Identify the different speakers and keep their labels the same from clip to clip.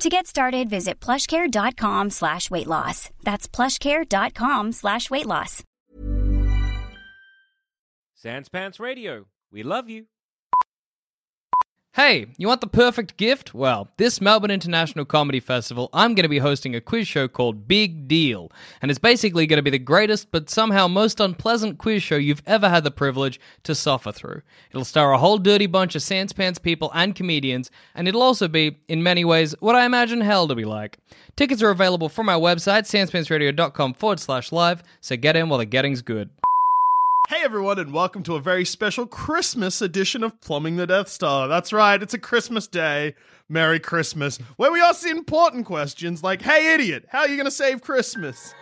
Speaker 1: To get started, visit plushcare.com slash weight loss. That's plushcare.com slash weight loss.
Speaker 2: Sans Pants Radio, we love you.
Speaker 3: Hey, you want the perfect gift? Well, this Melbourne International Comedy Festival, I'm going to be hosting a quiz show called Big Deal. And it's basically going to be the greatest, but somehow most unpleasant quiz show you've ever had the privilege to suffer through. It'll star a whole dirty bunch of sans pants people and comedians, and it'll also be, in many ways, what I imagine hell to be like. Tickets are available from our website, sanspantsradio.com forward slash live, so get in while the getting's good.
Speaker 4: Hey everyone, and welcome to a very special Christmas edition of Plumbing the Death Star. That's right, it's a Christmas day. Merry Christmas, where we ask the important questions like, hey idiot, how are you going to save Christmas?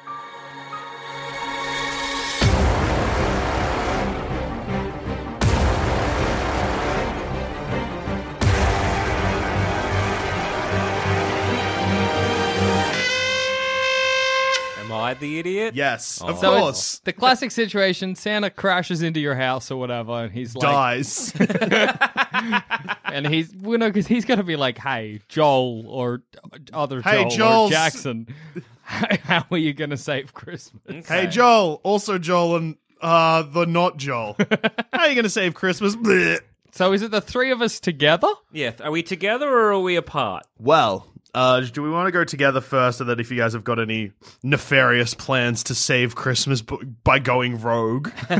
Speaker 2: Am I the idiot? Oh.
Speaker 4: Yes, of
Speaker 3: So it's
Speaker 4: course.
Speaker 3: the classic situation: Santa crashes into your house or whatever, and he's like,
Speaker 4: Dies.
Speaker 3: and he's well, no, because he's gonna be like, "Hey, Joel or other
Speaker 4: Hey,
Speaker 3: Joel
Speaker 4: Joels.
Speaker 3: or Jackson, how are you gonna save Christmas?"
Speaker 4: hey Joel, also Joel and uh the not Joel. how are you going to save Christmas? Blech.
Speaker 3: So is it the three of us together?
Speaker 2: Yeah, th- are we together or are we apart?
Speaker 4: Well, uh, do we want to go together first, so that if you guys have got any nefarious plans to save Christmas b- by going rogue,
Speaker 2: All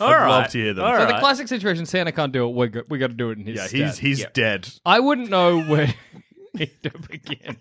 Speaker 2: right.
Speaker 4: love to hear them.
Speaker 2: All
Speaker 4: So
Speaker 3: The
Speaker 2: right.
Speaker 3: classic situation: Santa can't do it. We go- we got to do it in his.
Speaker 4: yeah,
Speaker 3: stead.
Speaker 4: he's he's dead.
Speaker 3: I wouldn't know where to begin.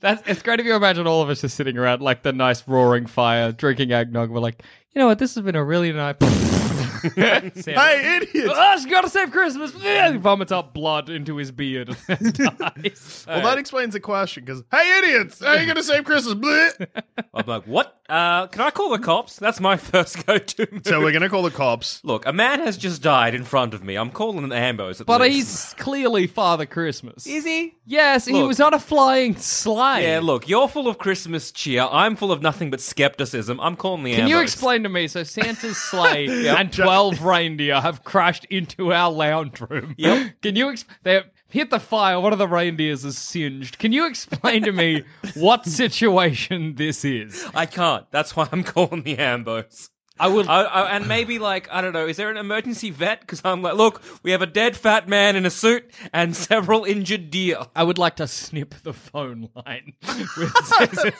Speaker 3: That's it's great if you imagine all of us just sitting around like the nice roaring fire, drinking eggnog. We're like, you know what? This has been a really nice. Santa.
Speaker 4: Hey, idiot!
Speaker 3: Oh, she gotta save Christmas. He vomits up blood into his beard. and dies.
Speaker 4: Well, that explains the question. Because hey, idiots, how are you going to save Christmas? Blech.
Speaker 2: I'm like, what? Uh, can I call the cops? That's my first go to.
Speaker 4: so we're going to call the cops.
Speaker 2: Look, a man has just died in front of me. I'm calling the ambos. At
Speaker 3: but
Speaker 2: least.
Speaker 3: he's clearly Father Christmas.
Speaker 2: Is he?
Speaker 3: Yes, he
Speaker 2: Look.
Speaker 3: was on a flying slide.
Speaker 2: Yeah, look, you're full of Christmas cheer. I'm full of nothing but skepticism. I'm calling the
Speaker 3: Can
Speaker 2: ambos.
Speaker 3: you explain to me? So Santa's sleigh and twelve reindeer have crashed into our lounge room.
Speaker 2: Yep.
Speaker 3: Can you? Ex- they hit the fire. One of the reindeers is singed. Can you explain to me what situation this is?
Speaker 2: I can't. That's why I'm calling the ambos.
Speaker 3: I would.
Speaker 2: I, I, and maybe like I don't know. Is there an emergency vet? Because I'm like, look, we have a dead fat man in a suit and several injured deer.
Speaker 3: I would like to snip the phone line. With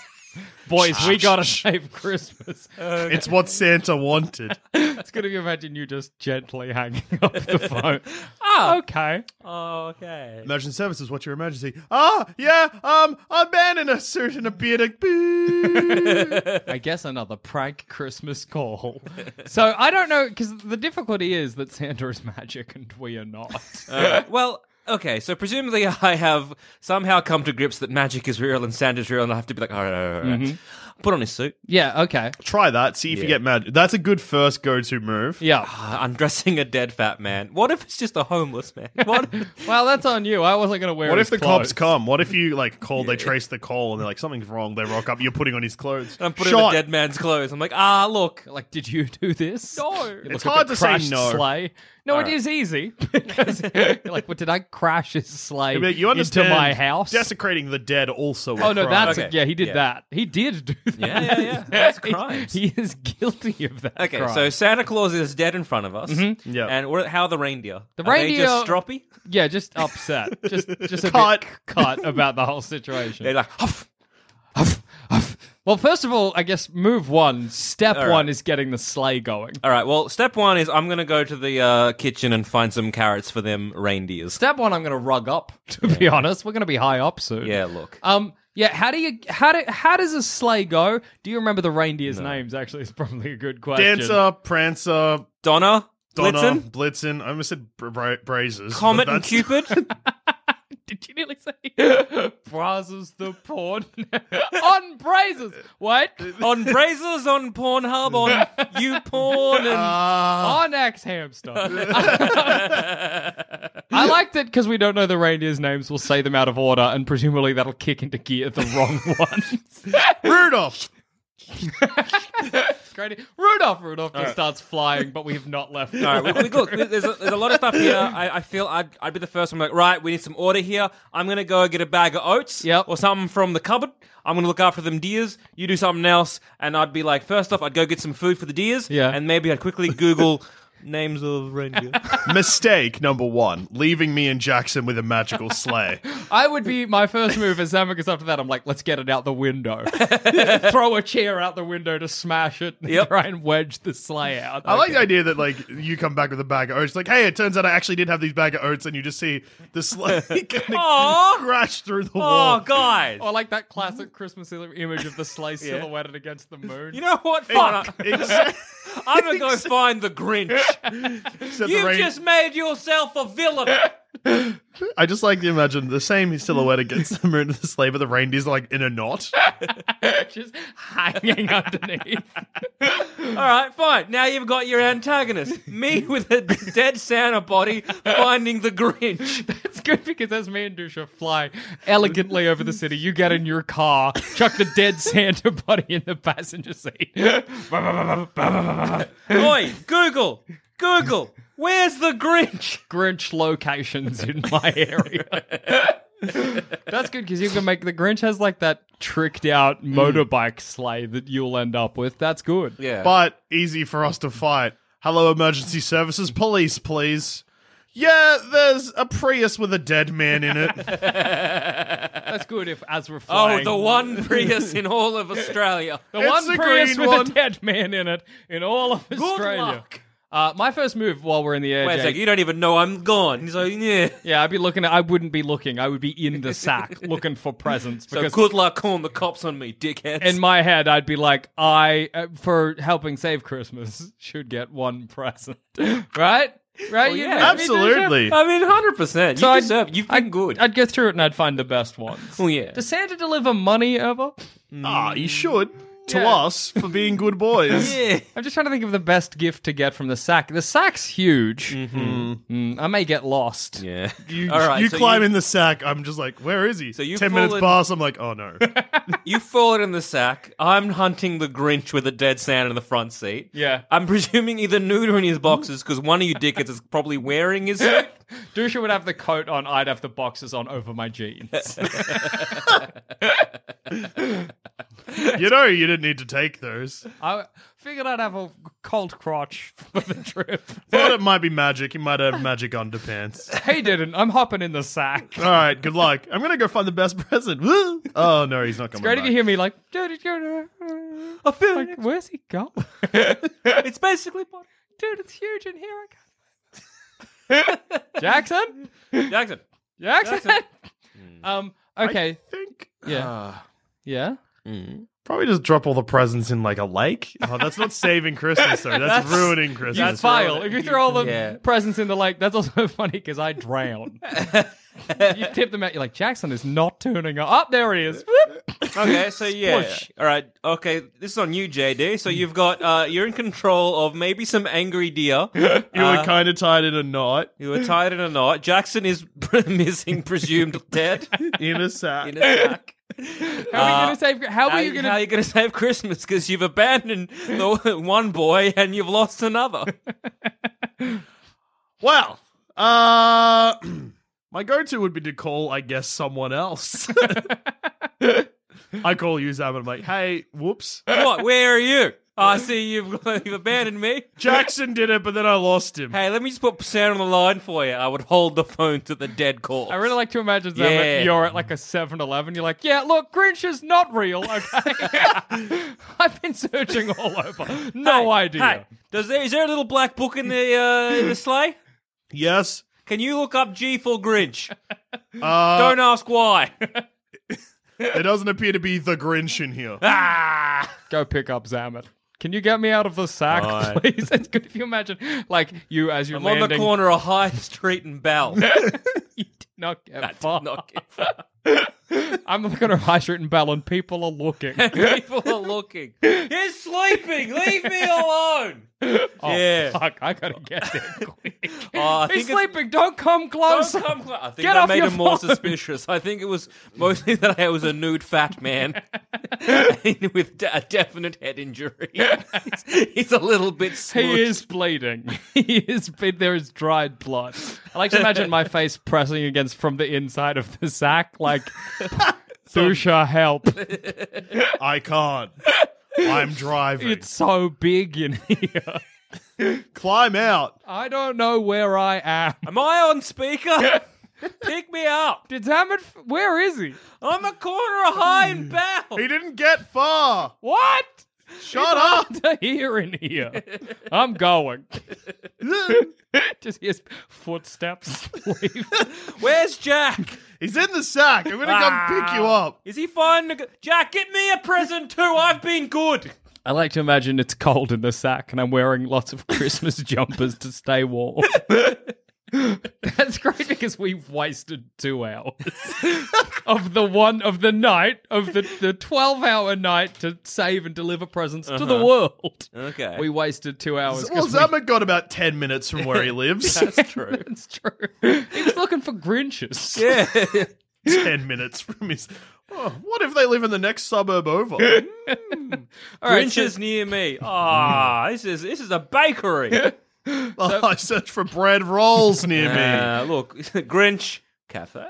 Speaker 3: Boys, we gotta save Christmas.
Speaker 2: Uh,
Speaker 4: It's what Santa wanted.
Speaker 3: It's gonna be imagine you just gently hanging up the phone. Ah, okay.
Speaker 4: Oh,
Speaker 2: Okay.
Speaker 4: Emergency services. What's your emergency? Ah, yeah. Um, a man in a suit and a beard. like, boo.
Speaker 3: I guess another prank Christmas call. So I don't know because the difficulty is that Santa is magic and we are not.
Speaker 2: well, okay. So presumably, I have somehow come to grips that magic is real and sand is real, and I have to be like, all right, all right, all right. Mm-hmm. put on his suit,
Speaker 3: yeah. Okay.
Speaker 4: Try that. See if you get mad. That's a good first go-to move.
Speaker 3: Yeah.
Speaker 2: uh, undressing a dead fat man. What if it's just a homeless man? What?
Speaker 3: Well, that's on you. I wasn't gonna wear.
Speaker 4: What
Speaker 3: his
Speaker 4: if the
Speaker 3: clothes.
Speaker 4: cops come? What if you like call? They trace the call and they're like, something's wrong. They rock up. You're putting on his clothes.
Speaker 2: I'm putting
Speaker 4: Shot.
Speaker 2: the dead man's clothes. I'm like, ah, look.
Speaker 3: Like, did you do this?
Speaker 2: No.
Speaker 3: You
Speaker 4: It's
Speaker 3: look at
Speaker 4: hard
Speaker 3: the
Speaker 4: to say
Speaker 3: crashed
Speaker 4: no.
Speaker 3: Sleigh. No,
Speaker 2: All
Speaker 3: it
Speaker 2: right.
Speaker 3: is easy. Because you're like, well, did I crash his sleigh
Speaker 4: I mean, you
Speaker 3: into
Speaker 4: understand?
Speaker 3: my house?
Speaker 4: Desecrating the dead also.
Speaker 3: Oh no, that's
Speaker 2: Okay.
Speaker 3: it. yeah. He did
Speaker 2: Yeah.
Speaker 3: that. He did do that.
Speaker 2: Yeah, yeah, yeah. That's crimes.
Speaker 3: he, he is guilty of that.
Speaker 2: Okay,
Speaker 3: crime.
Speaker 2: so Santa Claus is dead in front of us.
Speaker 4: Yeah.
Speaker 2: And what, how are Mm-hmm. the reindeer?
Speaker 3: The
Speaker 2: Are they just
Speaker 3: reindeer-
Speaker 2: stroppy?
Speaker 3: yeah, just upset, just just a
Speaker 4: Cut.
Speaker 2: uh,
Speaker 3: bit cut about the whole situation.
Speaker 2: They're like, huff.
Speaker 3: Huff, huff. Well, first of all, I guess move one, step
Speaker 2: All right.
Speaker 3: one is getting the sleigh going.
Speaker 2: All right. Well, step one is I'm going to go to the uh, kitchen and find some carrots for them reindeers.
Speaker 3: Step one, I'm going to rug up. To be honest, we're going to be high up soon.
Speaker 2: Yeah, look.
Speaker 3: Um. Yeah. How do you? How do? How does a sleigh go? Do you remember the reindeer's names? Actually, it's probably a good question.
Speaker 4: Dancer, Prancer,
Speaker 2: Donna,
Speaker 4: Donna,
Speaker 2: Blitzen,
Speaker 4: Blitzen. I almost said bra- bra- Brazers. but
Speaker 2: Comet, and
Speaker 4: that's-
Speaker 2: Cupid.
Speaker 3: Did you nearly say Brazos the porn on brazos? What?
Speaker 2: on Brazers, on Pornhub, on YouPorn, and
Speaker 4: Ah.
Speaker 3: on axe hamster. I like that because we don't know the reindeer's names. We'll say them out of order, and presumably that'll kick into gear the wrong ones.
Speaker 4: Rudolph.
Speaker 3: Great. Rudolph, Rudolph just starts flying, but we have not left.
Speaker 2: All right, we, we, look, there's a, there's a lot of stuff here. I, I feel I'd, I'd be the first one. Like, right, we need some order here. I'm gonna go get a bag of oats,
Speaker 3: Yep.
Speaker 2: or something from the cupboard. I'm gonna look after them deers. You do something else, and I'd be like, first off, I'd go get some food for the deers,
Speaker 3: Yeah.
Speaker 2: and maybe I'd quickly Google names of reindeer.
Speaker 4: Mistake number one: leaving me and Jackson with a magical sleigh.
Speaker 3: I would be my first move as Amicus after that. I'm like, let's get it out the window. Throw a chair out the window to smash it and
Speaker 2: Yep.
Speaker 3: try and wedge the sleigh out.
Speaker 4: I like the idea that like you come back with a bag of oats. Like, hey, it turns out I actually did have these bag of oats, and you just see the sleigh
Speaker 2: Aw.
Speaker 4: kind of crash through the
Speaker 2: oh,
Speaker 4: wall.
Speaker 2: guys,
Speaker 3: I like that classic Christmas il- image of the sleigh silhouetted against the moon.
Speaker 2: you know what? Fine,
Speaker 4: Except,
Speaker 2: I'm gonna go find the Grinch.
Speaker 4: except the
Speaker 2: You've
Speaker 4: rain.
Speaker 2: just made yourself a villain.
Speaker 4: I just like to imagine the same silhouette against the moon of the sleigh, but the reindeer's like in a knot.
Speaker 3: just hanging underneath.
Speaker 2: All right, fine. Now you've got your antagonist, me with a dead Santa body finding the Grinch.
Speaker 3: It's good because as me and Dusha fly elegantly over the city, you get in your car, chuck the dead Santa body in the passenger seat.
Speaker 2: Oi, Google, Google, where's the Grinch?
Speaker 3: Grinch locations in my area. That's good because you can make the Grinch has like that tricked out motorbike sleigh that you'll end up with. That's good.
Speaker 2: Yeah,
Speaker 4: but easy for us to fight. Hello, emergency services, police, please. Yeah, there's a Prius with a dead man in it.
Speaker 3: That's good if as we're
Speaker 2: oh,
Speaker 3: flying.
Speaker 2: the one Prius in all of Australia.
Speaker 3: The
Speaker 4: It's
Speaker 3: one
Speaker 4: the
Speaker 3: Prius
Speaker 4: green
Speaker 3: with
Speaker 4: one.
Speaker 3: a dead man in it in all of Australia.
Speaker 2: luck.
Speaker 3: Uh, my first move while we're in the air,
Speaker 2: Wait a
Speaker 3: Jake-
Speaker 2: second, you don't even know I'm gone. He's like, yeah.
Speaker 3: yeah, I'd be looking. I wouldn't be looking. I would be in the sack looking for presents
Speaker 2: So
Speaker 3: because
Speaker 2: good luck calling the cops on me, dickheads.
Speaker 3: in my head I'd be like, I uh, for helping save Christmas should get one present, right? Right? You
Speaker 2: yeah.
Speaker 3: know me,
Speaker 4: Absolutely.
Speaker 2: I mean, hundred percent. You
Speaker 3: So I'd-
Speaker 2: deserve. You've been good.
Speaker 3: Dusha? I'd go through it and I'd find the best ones.
Speaker 2: Oh, yeah.
Speaker 3: Does Santa deliver money ever?
Speaker 2: Mm.
Speaker 4: Ah, you should. To
Speaker 3: Yeah.
Speaker 4: us for being good boys.
Speaker 2: yeah.
Speaker 3: I'm just trying to think of the best gift to get from the sack. The sack's huge. Mm, I may get lost.
Speaker 2: Mm-hmm. Yeah.
Speaker 4: You,
Speaker 2: All right,
Speaker 4: you
Speaker 2: so
Speaker 4: climb
Speaker 2: you-
Speaker 4: in the sack. I'm just like, where is he?
Speaker 2: So you've
Speaker 4: Ten minutes
Speaker 2: fallen-
Speaker 4: pass. I'm like, oh no.
Speaker 2: You fall in the sack. I'm hunting the Grinch with a dead Santa in the front seat.
Speaker 3: Yeah. Uh,
Speaker 2: I'm presuming either nude or in his boxes because one of you dickheads is probably wearing his suit.
Speaker 3: Dusha would have the coat on. I'd have the boxes on over my jeans.
Speaker 4: you know, you didn't need to take those.
Speaker 3: I figured I'd have a cold crotch for the trip.
Speaker 4: Thought it might be magic. You might have magic underpants.
Speaker 3: he didn't. I'm hopping in the sack.
Speaker 4: All right, good luck. I'm gonna go find the best present. Woo! oh no, he's not coming.
Speaker 3: Great if you
Speaker 4: back.
Speaker 3: hear me like, dude, I feel like, where's he going?
Speaker 2: It's basically what
Speaker 3: Dude, it's huge in here. I can't. Jackson?
Speaker 2: Jackson.
Speaker 3: Jackson? um, okay.
Speaker 4: I think
Speaker 3: yeah. yeah.
Speaker 4: Probably just drop all the presents in like a lake. Oh, that's not saving Christmas though. That's, ruining Christmas.
Speaker 3: You file. If you throw all the
Speaker 2: Yeah.
Speaker 3: presents in the lake, that's also funny because I drown. you tip them out. You're like, Jackson is not turning up. Up there he is.
Speaker 2: Okay, so yeah.
Speaker 3: Sploosh.
Speaker 2: All right. Okay, this is on you, JD. So you've got uh, you're in control of maybe some angry deer.
Speaker 4: You
Speaker 3: Uh.
Speaker 4: were kind of tied in a knot
Speaker 2: You were tied in a knot. Jackson is missing, presumed dead.
Speaker 4: in a sack.
Speaker 2: In a sack.
Speaker 3: How are you going to save? How
Speaker 2: Uh, How,
Speaker 3: are you going
Speaker 2: how
Speaker 3: to?
Speaker 2: you gonna save Christmas? Because you've abandoned the one boy and you've lost another.
Speaker 4: well, uh, my go-to would be to call, I guess, someone else. I call you, Zab, and I'm like, hey, whoops.
Speaker 2: What? Where are you? I see you've, you've abandoned me.
Speaker 4: Jackson did it, but then I lost him.
Speaker 2: Hey, let me just put Sam on the line for you. I would hold the phone to the dead corpse.
Speaker 3: I really like to imagine that
Speaker 2: Yeah.
Speaker 3: you're at like a 7 Eleven. You're like, yeah, look, Grinch is not real, okay? I've been searching all over. No
Speaker 2: Hey,
Speaker 3: idea.
Speaker 2: Hey, does there is there a little black book in the uh, in the sleigh?
Speaker 4: Yes.
Speaker 2: Can you look up G for Grinch?
Speaker 4: Uh,
Speaker 2: Don't ask why.
Speaker 4: there doesn't appear to be the Grinch in here.
Speaker 2: ah.
Speaker 3: Go pick up Zamet. Can you get me out of the sack, please? It's good if you imagine, like, you as you're
Speaker 2: I'm
Speaker 3: landing.
Speaker 2: on the corner of High Street and Bell.
Speaker 3: You did not get far.
Speaker 2: Knock it.
Speaker 3: uh, I'm looking at High Street and Bell, and people are looking.
Speaker 2: People are looking. He's sleeping. Leave me alone. yeah.
Speaker 3: Oh, Fuck, I gotta get there quick.
Speaker 2: Oh, I
Speaker 3: He's
Speaker 2: think it's-
Speaker 3: sleeping. Don't come
Speaker 2: Don't
Speaker 3: close.
Speaker 2: come clo- I think
Speaker 3: Get
Speaker 2: that
Speaker 3: off
Speaker 2: made
Speaker 3: your
Speaker 2: him more
Speaker 3: phone.
Speaker 2: suspicious. I think it was mostly that I was a nude fat man with de- a definite head injury. he's, he's a little bit smooshed.
Speaker 3: He is bleeding. He is. ble- There is dried blood. I like to imagine my face pressing against from the inside of the sack, like, Dusha, help.
Speaker 4: I can't. I'm driving.
Speaker 3: It's so big in here.
Speaker 4: Climb out.
Speaker 3: I don't know where I am.
Speaker 2: Am I on speaker? Pick me up.
Speaker 3: Did Zamet? f- Where is he?
Speaker 2: I'm a corner of high and bow.
Speaker 4: He didn't get far.
Speaker 3: What?
Speaker 4: Shut up.
Speaker 3: To here in here. I'm going. Just hears footsteps leave.
Speaker 2: Where's Jack? Ah.
Speaker 4: He's in the sack. I'm going to come pick you
Speaker 3: Ah.
Speaker 4: up.
Speaker 2: Is he fine? Jack, get me a present too. I've been good.
Speaker 3: I like to imagine it's cold in the sack and I'm wearing lots of Christmas jumpers to stay warm. That's great because we've wasted two hours of the one of the night of the, the twelve hour night to save and deliver presents to the world.
Speaker 2: Uh-huh. Okay.
Speaker 3: We wasted two hours.
Speaker 4: Well,
Speaker 3: 'cause we-
Speaker 4: Zama got about 10 minutes from where he lives.
Speaker 2: That's true.
Speaker 3: That's true. He was looking for Grinches.
Speaker 2: Yeah.
Speaker 4: 10 minutes from his. Oh, what if they live in the next suburb over?
Speaker 2: Grinch is near me. Ah,
Speaker 4: Mm.
Speaker 2: this is this is a bakery.
Speaker 4: Oh, I search for bread rolls near me.
Speaker 2: Uh, look, Grinch Cafe.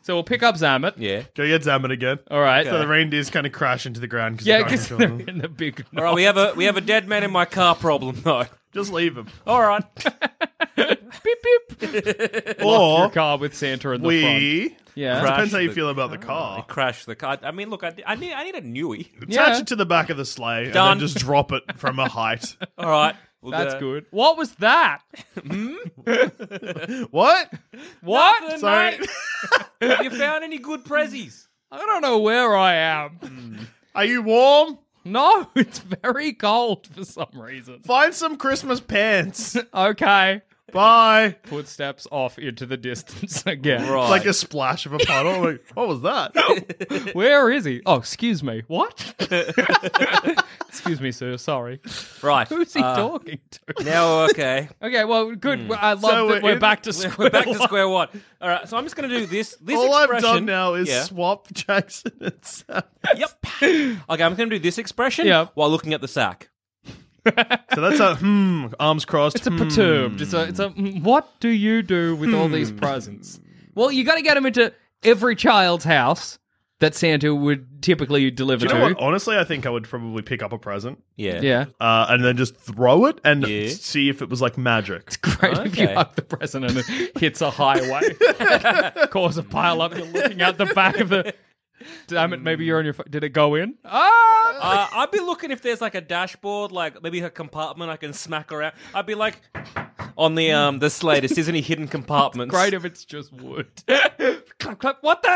Speaker 3: So we'll pick up Zamet.
Speaker 2: Yeah.
Speaker 4: Go get Zaman again.
Speaker 3: All right.
Speaker 4: So the reindeers kind of crash into the ground because
Speaker 3: yeah,
Speaker 4: they can't
Speaker 3: because
Speaker 4: control
Speaker 3: they're
Speaker 4: them.
Speaker 3: in the big.
Speaker 2: All right, we have a we have a dead man in my car problem though.
Speaker 4: Just leave them.
Speaker 2: All right.
Speaker 3: beep beep. Your
Speaker 4: Or
Speaker 3: car with Santa in the front.
Speaker 4: Oh. we.
Speaker 3: Yeah.
Speaker 2: Crap.
Speaker 4: Depends how you
Speaker 2: the-
Speaker 4: feel about the car.
Speaker 2: Crash the car. I mean, look, I, d- I need I need a newie.
Speaker 3: Yeah.
Speaker 4: Attach it to the back of the sleigh
Speaker 2: Done.
Speaker 4: and then just drop it from a height.
Speaker 2: All right. Well,
Speaker 3: That's
Speaker 2: uh,
Speaker 3: good. What was that?
Speaker 4: what?
Speaker 3: What?
Speaker 2: nothing,
Speaker 4: Sorry.
Speaker 2: mate. have you found any good prezzies?
Speaker 3: I don't know where I am.
Speaker 4: Are you warm?
Speaker 3: No, it's very cold for some reason.
Speaker 4: Find some Christmas pants.
Speaker 3: Okay.
Speaker 4: Bye.
Speaker 3: Footsteps off into the distance again.
Speaker 2: Right.
Speaker 4: Like a splash of a puddle. Like, what was that?
Speaker 3: Where is he? Oh, excuse me. What? excuse me, sir. Sorry.
Speaker 2: Right.
Speaker 3: Who's he
Speaker 2: uh,
Speaker 3: talking to?
Speaker 2: Now, okay.
Speaker 3: Okay, well, good.
Speaker 2: Hmm.
Speaker 3: I love
Speaker 4: So
Speaker 3: that we're
Speaker 4: in-
Speaker 3: back to
Speaker 2: We're
Speaker 3: square
Speaker 2: back to
Speaker 3: one.
Speaker 2: square one. All right. So I'm just going to do this. This
Speaker 4: All I've
Speaker 2: expression.
Speaker 4: done now is
Speaker 2: Yeah.
Speaker 4: swap Jackson and Sam.
Speaker 2: Yep. Okay, I'm going to do this expression
Speaker 3: Yeah.
Speaker 2: while looking at the sack.
Speaker 4: So that's a hmm, arms crossed.
Speaker 3: It's a perturbed. It's a. It's a.
Speaker 2: Hmm.
Speaker 3: mm, What do you do with all these presents? Well, you got to get them into every child's house that Santa would typically deliver
Speaker 4: You know
Speaker 3: to.
Speaker 4: what? Honestly, I think I would probably pick up a present
Speaker 2: Yeah.
Speaker 3: Yeah,
Speaker 4: uh, and then just throw it and
Speaker 2: Yeah.
Speaker 4: see if it was like magic.
Speaker 3: great if you
Speaker 2: Okay.
Speaker 3: hug the present and it hits a highway, cause a pile up. You're looking out the back of the. Damn it! Maybe you're on your. pho- Did it go in? Ah!
Speaker 2: Uh, I'd be looking if there's like a dashboard, like maybe a compartment I can smack around. I'd be like on the um the sleigh. This isn't any hidden compartments.
Speaker 3: Great if it's just wood.
Speaker 2: clap, clap. What the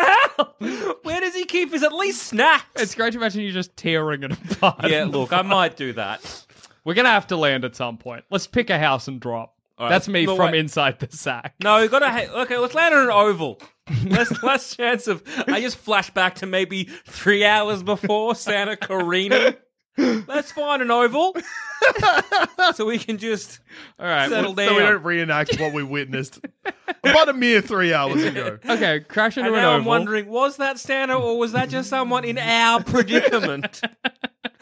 Speaker 2: hell? Where does he keep his at least snacks?
Speaker 3: It's great to imagine you just tearing it apart. Um,
Speaker 2: yeah, look, I might do that.
Speaker 3: We're gonna have to land at some point. Let's pick a house and drop.
Speaker 2: All right,
Speaker 3: That's me
Speaker 2: no,
Speaker 3: from
Speaker 2: wait.
Speaker 3: inside the sack.
Speaker 2: No, we gotta. Ha- okay, let's land on an oval. Less less chance of. I just flash back to maybe three hours before Santa Carina. Let's find an oval so we can just
Speaker 3: All right.
Speaker 2: settle
Speaker 4: So we don't
Speaker 2: down.
Speaker 4: reenact what we witnessed about a mere three hours ago.
Speaker 3: well- okay, crash into
Speaker 2: And
Speaker 3: an
Speaker 2: now
Speaker 3: oval.
Speaker 2: I'm wondering, was that Santa or was that just someone in our predicament?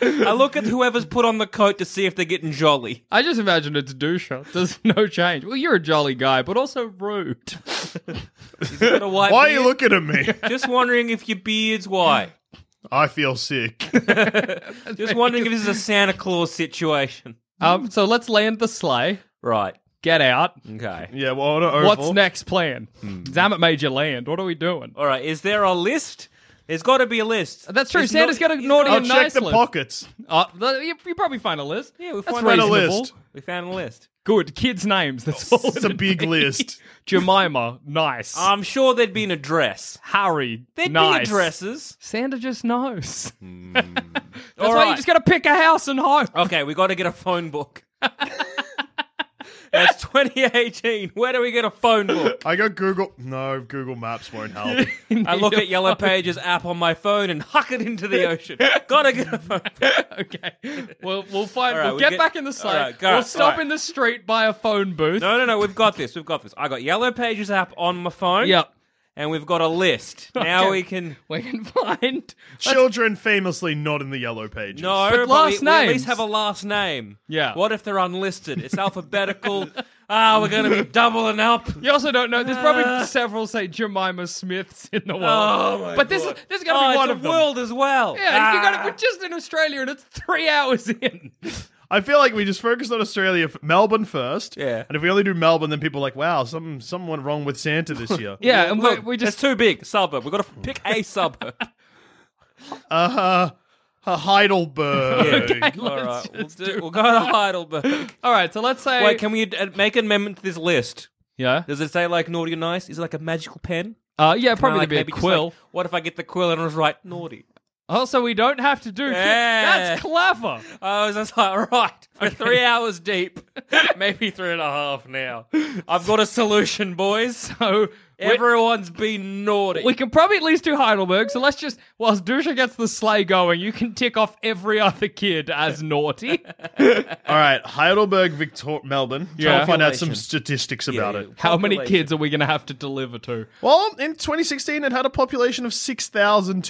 Speaker 2: I look at whoever's put on the coat to see if they're getting jolly.
Speaker 3: I just imagine it's Dusha. There's no change. Well, you're a jolly guy, but also rude.
Speaker 2: Got a white
Speaker 4: Why are
Speaker 2: beard?
Speaker 4: you looking at me?
Speaker 2: Just wondering if your beard's white.
Speaker 4: I feel sick.
Speaker 2: Just wondering if this is a Santa Claus situation.
Speaker 3: Um, so let's land the sleigh,
Speaker 2: Right.
Speaker 3: get out.
Speaker 2: Okay.
Speaker 4: yeah, well, on an oval.
Speaker 3: What's next plan?
Speaker 2: Hmm.
Speaker 3: Damn it, Major Land. What are we doing?
Speaker 2: All right. Is there a list? There's got to be a list.
Speaker 3: That's true.
Speaker 2: It's
Speaker 3: Santa's
Speaker 2: not-
Speaker 3: got a naughty
Speaker 4: I'll
Speaker 3: and
Speaker 4: check
Speaker 3: nice
Speaker 4: the
Speaker 3: list.
Speaker 4: pockets.
Speaker 3: Uh, th- you, you probably find a list.
Speaker 2: Yeah, we
Speaker 3: That's
Speaker 2: find a Oh,
Speaker 3: reasonable.
Speaker 4: list.
Speaker 2: We found a list.
Speaker 3: Good kids' names. That's all.
Speaker 4: It's a
Speaker 3: it'd
Speaker 4: big
Speaker 3: be.
Speaker 4: list.
Speaker 3: Jemima, nice.
Speaker 2: I'm sure there'd be an address.
Speaker 3: Harry,
Speaker 2: There'd
Speaker 3: nice.
Speaker 2: be addresses.
Speaker 3: Santa just knows.
Speaker 2: Hmm.
Speaker 3: That's
Speaker 2: All
Speaker 3: why you
Speaker 2: right.
Speaker 3: just gotta pick a house and hope.
Speaker 2: Okay, we got to get a phone book. That's 2018. Where do we get a phone book?
Speaker 4: I got Google. No, Google Maps won't help.
Speaker 2: I look at Yellow Pages app on my phone and huck it into the ocean. Gotta get a phone.
Speaker 3: okay. Well, we'll find.
Speaker 2: All right,
Speaker 3: we'll
Speaker 2: we
Speaker 3: get,
Speaker 2: get-
Speaker 3: back in the sleigh.
Speaker 2: all right, go-
Speaker 3: we'll stop
Speaker 2: all right.
Speaker 3: in the street by a phone booth.
Speaker 2: No, no, no. We've got this. We've got this. I got Yellow Pages app on my phone.
Speaker 3: Yep.
Speaker 2: And we've got a list. Now
Speaker 3: Okay.
Speaker 2: we can.
Speaker 3: We can find.
Speaker 4: Children famously not in the yellow pages.
Speaker 2: No,
Speaker 3: But
Speaker 2: but
Speaker 3: last
Speaker 2: we, we at
Speaker 3: names.
Speaker 2: least have a last name.
Speaker 3: Yeah.
Speaker 2: What if they're unlisted? It's alphabetical. ah, we're gonna be doubling up.
Speaker 3: You also don't know. There's probably several, say, Jemima Smiths in the world.
Speaker 2: Uh. Oh my
Speaker 3: but this
Speaker 2: God.
Speaker 3: is there's gotta
Speaker 2: Oh,
Speaker 3: be one
Speaker 2: it's
Speaker 3: of
Speaker 2: a
Speaker 3: them.
Speaker 2: world as well.
Speaker 3: Yeah, you gotta,
Speaker 2: Ah.
Speaker 3: we're just in Australia and it's three hours in.
Speaker 4: I feel like we just focus on Australia, f- Melbourne first.
Speaker 2: Yeah.
Speaker 4: And if we only do Melbourne, then people are like, wow, something, something went wrong with Santa this year.
Speaker 3: Yeah, and
Speaker 2: Uh, Look,
Speaker 3: we, we just
Speaker 2: it's too big. Suburb. We've got to pick a suburb.
Speaker 4: Uh, uh, Heidelberg.
Speaker 2: All right, we'll, do, we'll go to Heidelberg.
Speaker 3: all right. So let's say
Speaker 2: Wait, can we uh, make an amendment to this list?
Speaker 3: yeah,
Speaker 2: Does it say like naughty or nice? Is it like a magical pen?
Speaker 3: uh, yeah, probably
Speaker 2: like,
Speaker 3: be a
Speaker 2: maybe just,
Speaker 3: quill.
Speaker 2: like, what if I get the quill and I was right naughty?
Speaker 3: also, we don't have to do.
Speaker 2: Yeah.
Speaker 3: That's clever.
Speaker 2: I was just like, right, we're three hours deep, maybe three and a half now. I've got a solution, boys.
Speaker 3: So Oh, we-
Speaker 2: Everyone's been naughty.
Speaker 3: We can probably at least do Heidelberg, so let's just, whilst Dusha gets the sleigh going, you can tick off every other kid as naughty.
Speaker 4: All right, Heidelberg, Victor- Melbourne. Trying
Speaker 3: Yeah.
Speaker 4: to find out some statistics about it.
Speaker 3: How many kids are we going to have to deliver to?
Speaker 4: Well, in 2016, it had a population of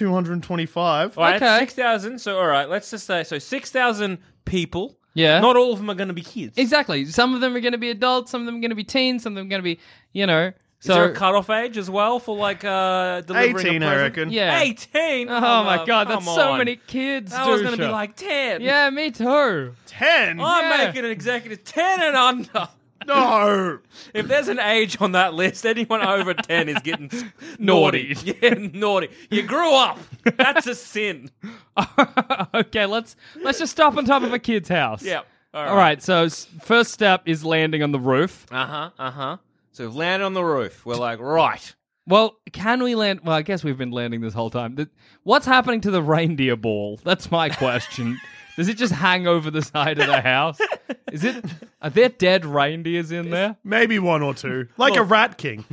Speaker 4: 6,225.
Speaker 2: All right,
Speaker 3: Okay.
Speaker 2: six thousand. So all right, let's just say so six thousand people.
Speaker 3: Yeah.
Speaker 2: Not all of them are going to be kids. Is
Speaker 3: Exactly. Some of them are going to be adults, some of them are going to be teens, some of them are going to be, you know. So,
Speaker 2: there a cutoff age as well for like uh, delivering
Speaker 4: 18,
Speaker 2: a
Speaker 4: I
Speaker 2: present?
Speaker 4: reckon.
Speaker 3: yeah.
Speaker 2: Eighteen.
Speaker 3: Oh my god, that's so many kids.
Speaker 2: I was going to be
Speaker 3: Dusha.
Speaker 2: like ten.
Speaker 3: yeah, me too.
Speaker 4: 10?
Speaker 2: I'm
Speaker 3: Yeah.
Speaker 2: making an executive ten and under.
Speaker 4: No.
Speaker 2: If there's an age on that list, anyone over 10 is getting s-
Speaker 3: Naughty.
Speaker 2: Yeah, naughty. You grew up. That's a sin.
Speaker 3: okay, let's let's just stop on top of a kid's house.
Speaker 2: Yeah. All right.
Speaker 3: All right. So s- first step is landing on the roof.
Speaker 2: Uh huh. Uh huh. So we've landed on the roof. We're like, right.
Speaker 3: Well, can we land? Well, I guess we've been landing this whole time. Th- What's happening to the reindeer ball? That's my question. Does it just hang over the side of the house? Is it? Are there dead reindeers in there?
Speaker 4: Maybe one or two. Like a rat king.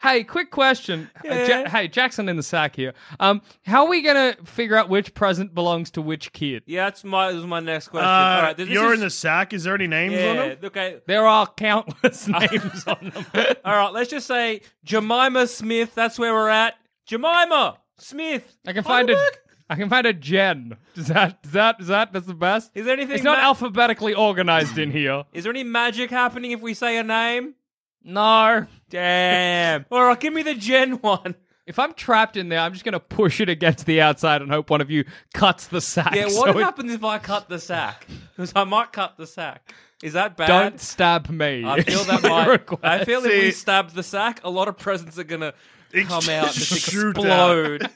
Speaker 3: Hey, quick question. Uh, Ja- hey, Jackson in the sack here. Um, how are we gonna figure out which present belongs to which kid?
Speaker 2: Yeah, that's my, this is my next question.
Speaker 4: Uh,
Speaker 2: All right. This
Speaker 4: you're
Speaker 2: is,
Speaker 4: in the sack. Is there any names on
Speaker 2: Yeah.
Speaker 4: them?
Speaker 2: Okay.
Speaker 3: There are countless names on them.
Speaker 2: All right. Let's just say Jemima Smith. That's where we're at. Jemima Smith.
Speaker 3: I can find a. I can find a Jen. Does that? Does that? Is that? That's the best.
Speaker 2: Is there anything
Speaker 3: It's not
Speaker 2: ma-
Speaker 3: alphabetically organized in here.
Speaker 2: Is there any magic happening if we say a name?
Speaker 3: No.
Speaker 2: Damn. All right. Give me the Gen one.
Speaker 3: If I'm trapped in there, I'm just going to push it against the outside and hope one of you cuts the sack.
Speaker 2: Yeah,
Speaker 3: so
Speaker 2: what
Speaker 3: it-
Speaker 2: happens if I cut the sack? Because I might cut the sack. Is that bad?
Speaker 3: Don't stab me.
Speaker 2: I feel
Speaker 3: is
Speaker 2: that
Speaker 3: my
Speaker 2: might.
Speaker 3: request.
Speaker 2: I feel if
Speaker 4: See-
Speaker 2: we stab the sack, a lot of presents are gonna
Speaker 4: Ex-
Speaker 2: come out, and just
Speaker 4: shoot
Speaker 2: explode.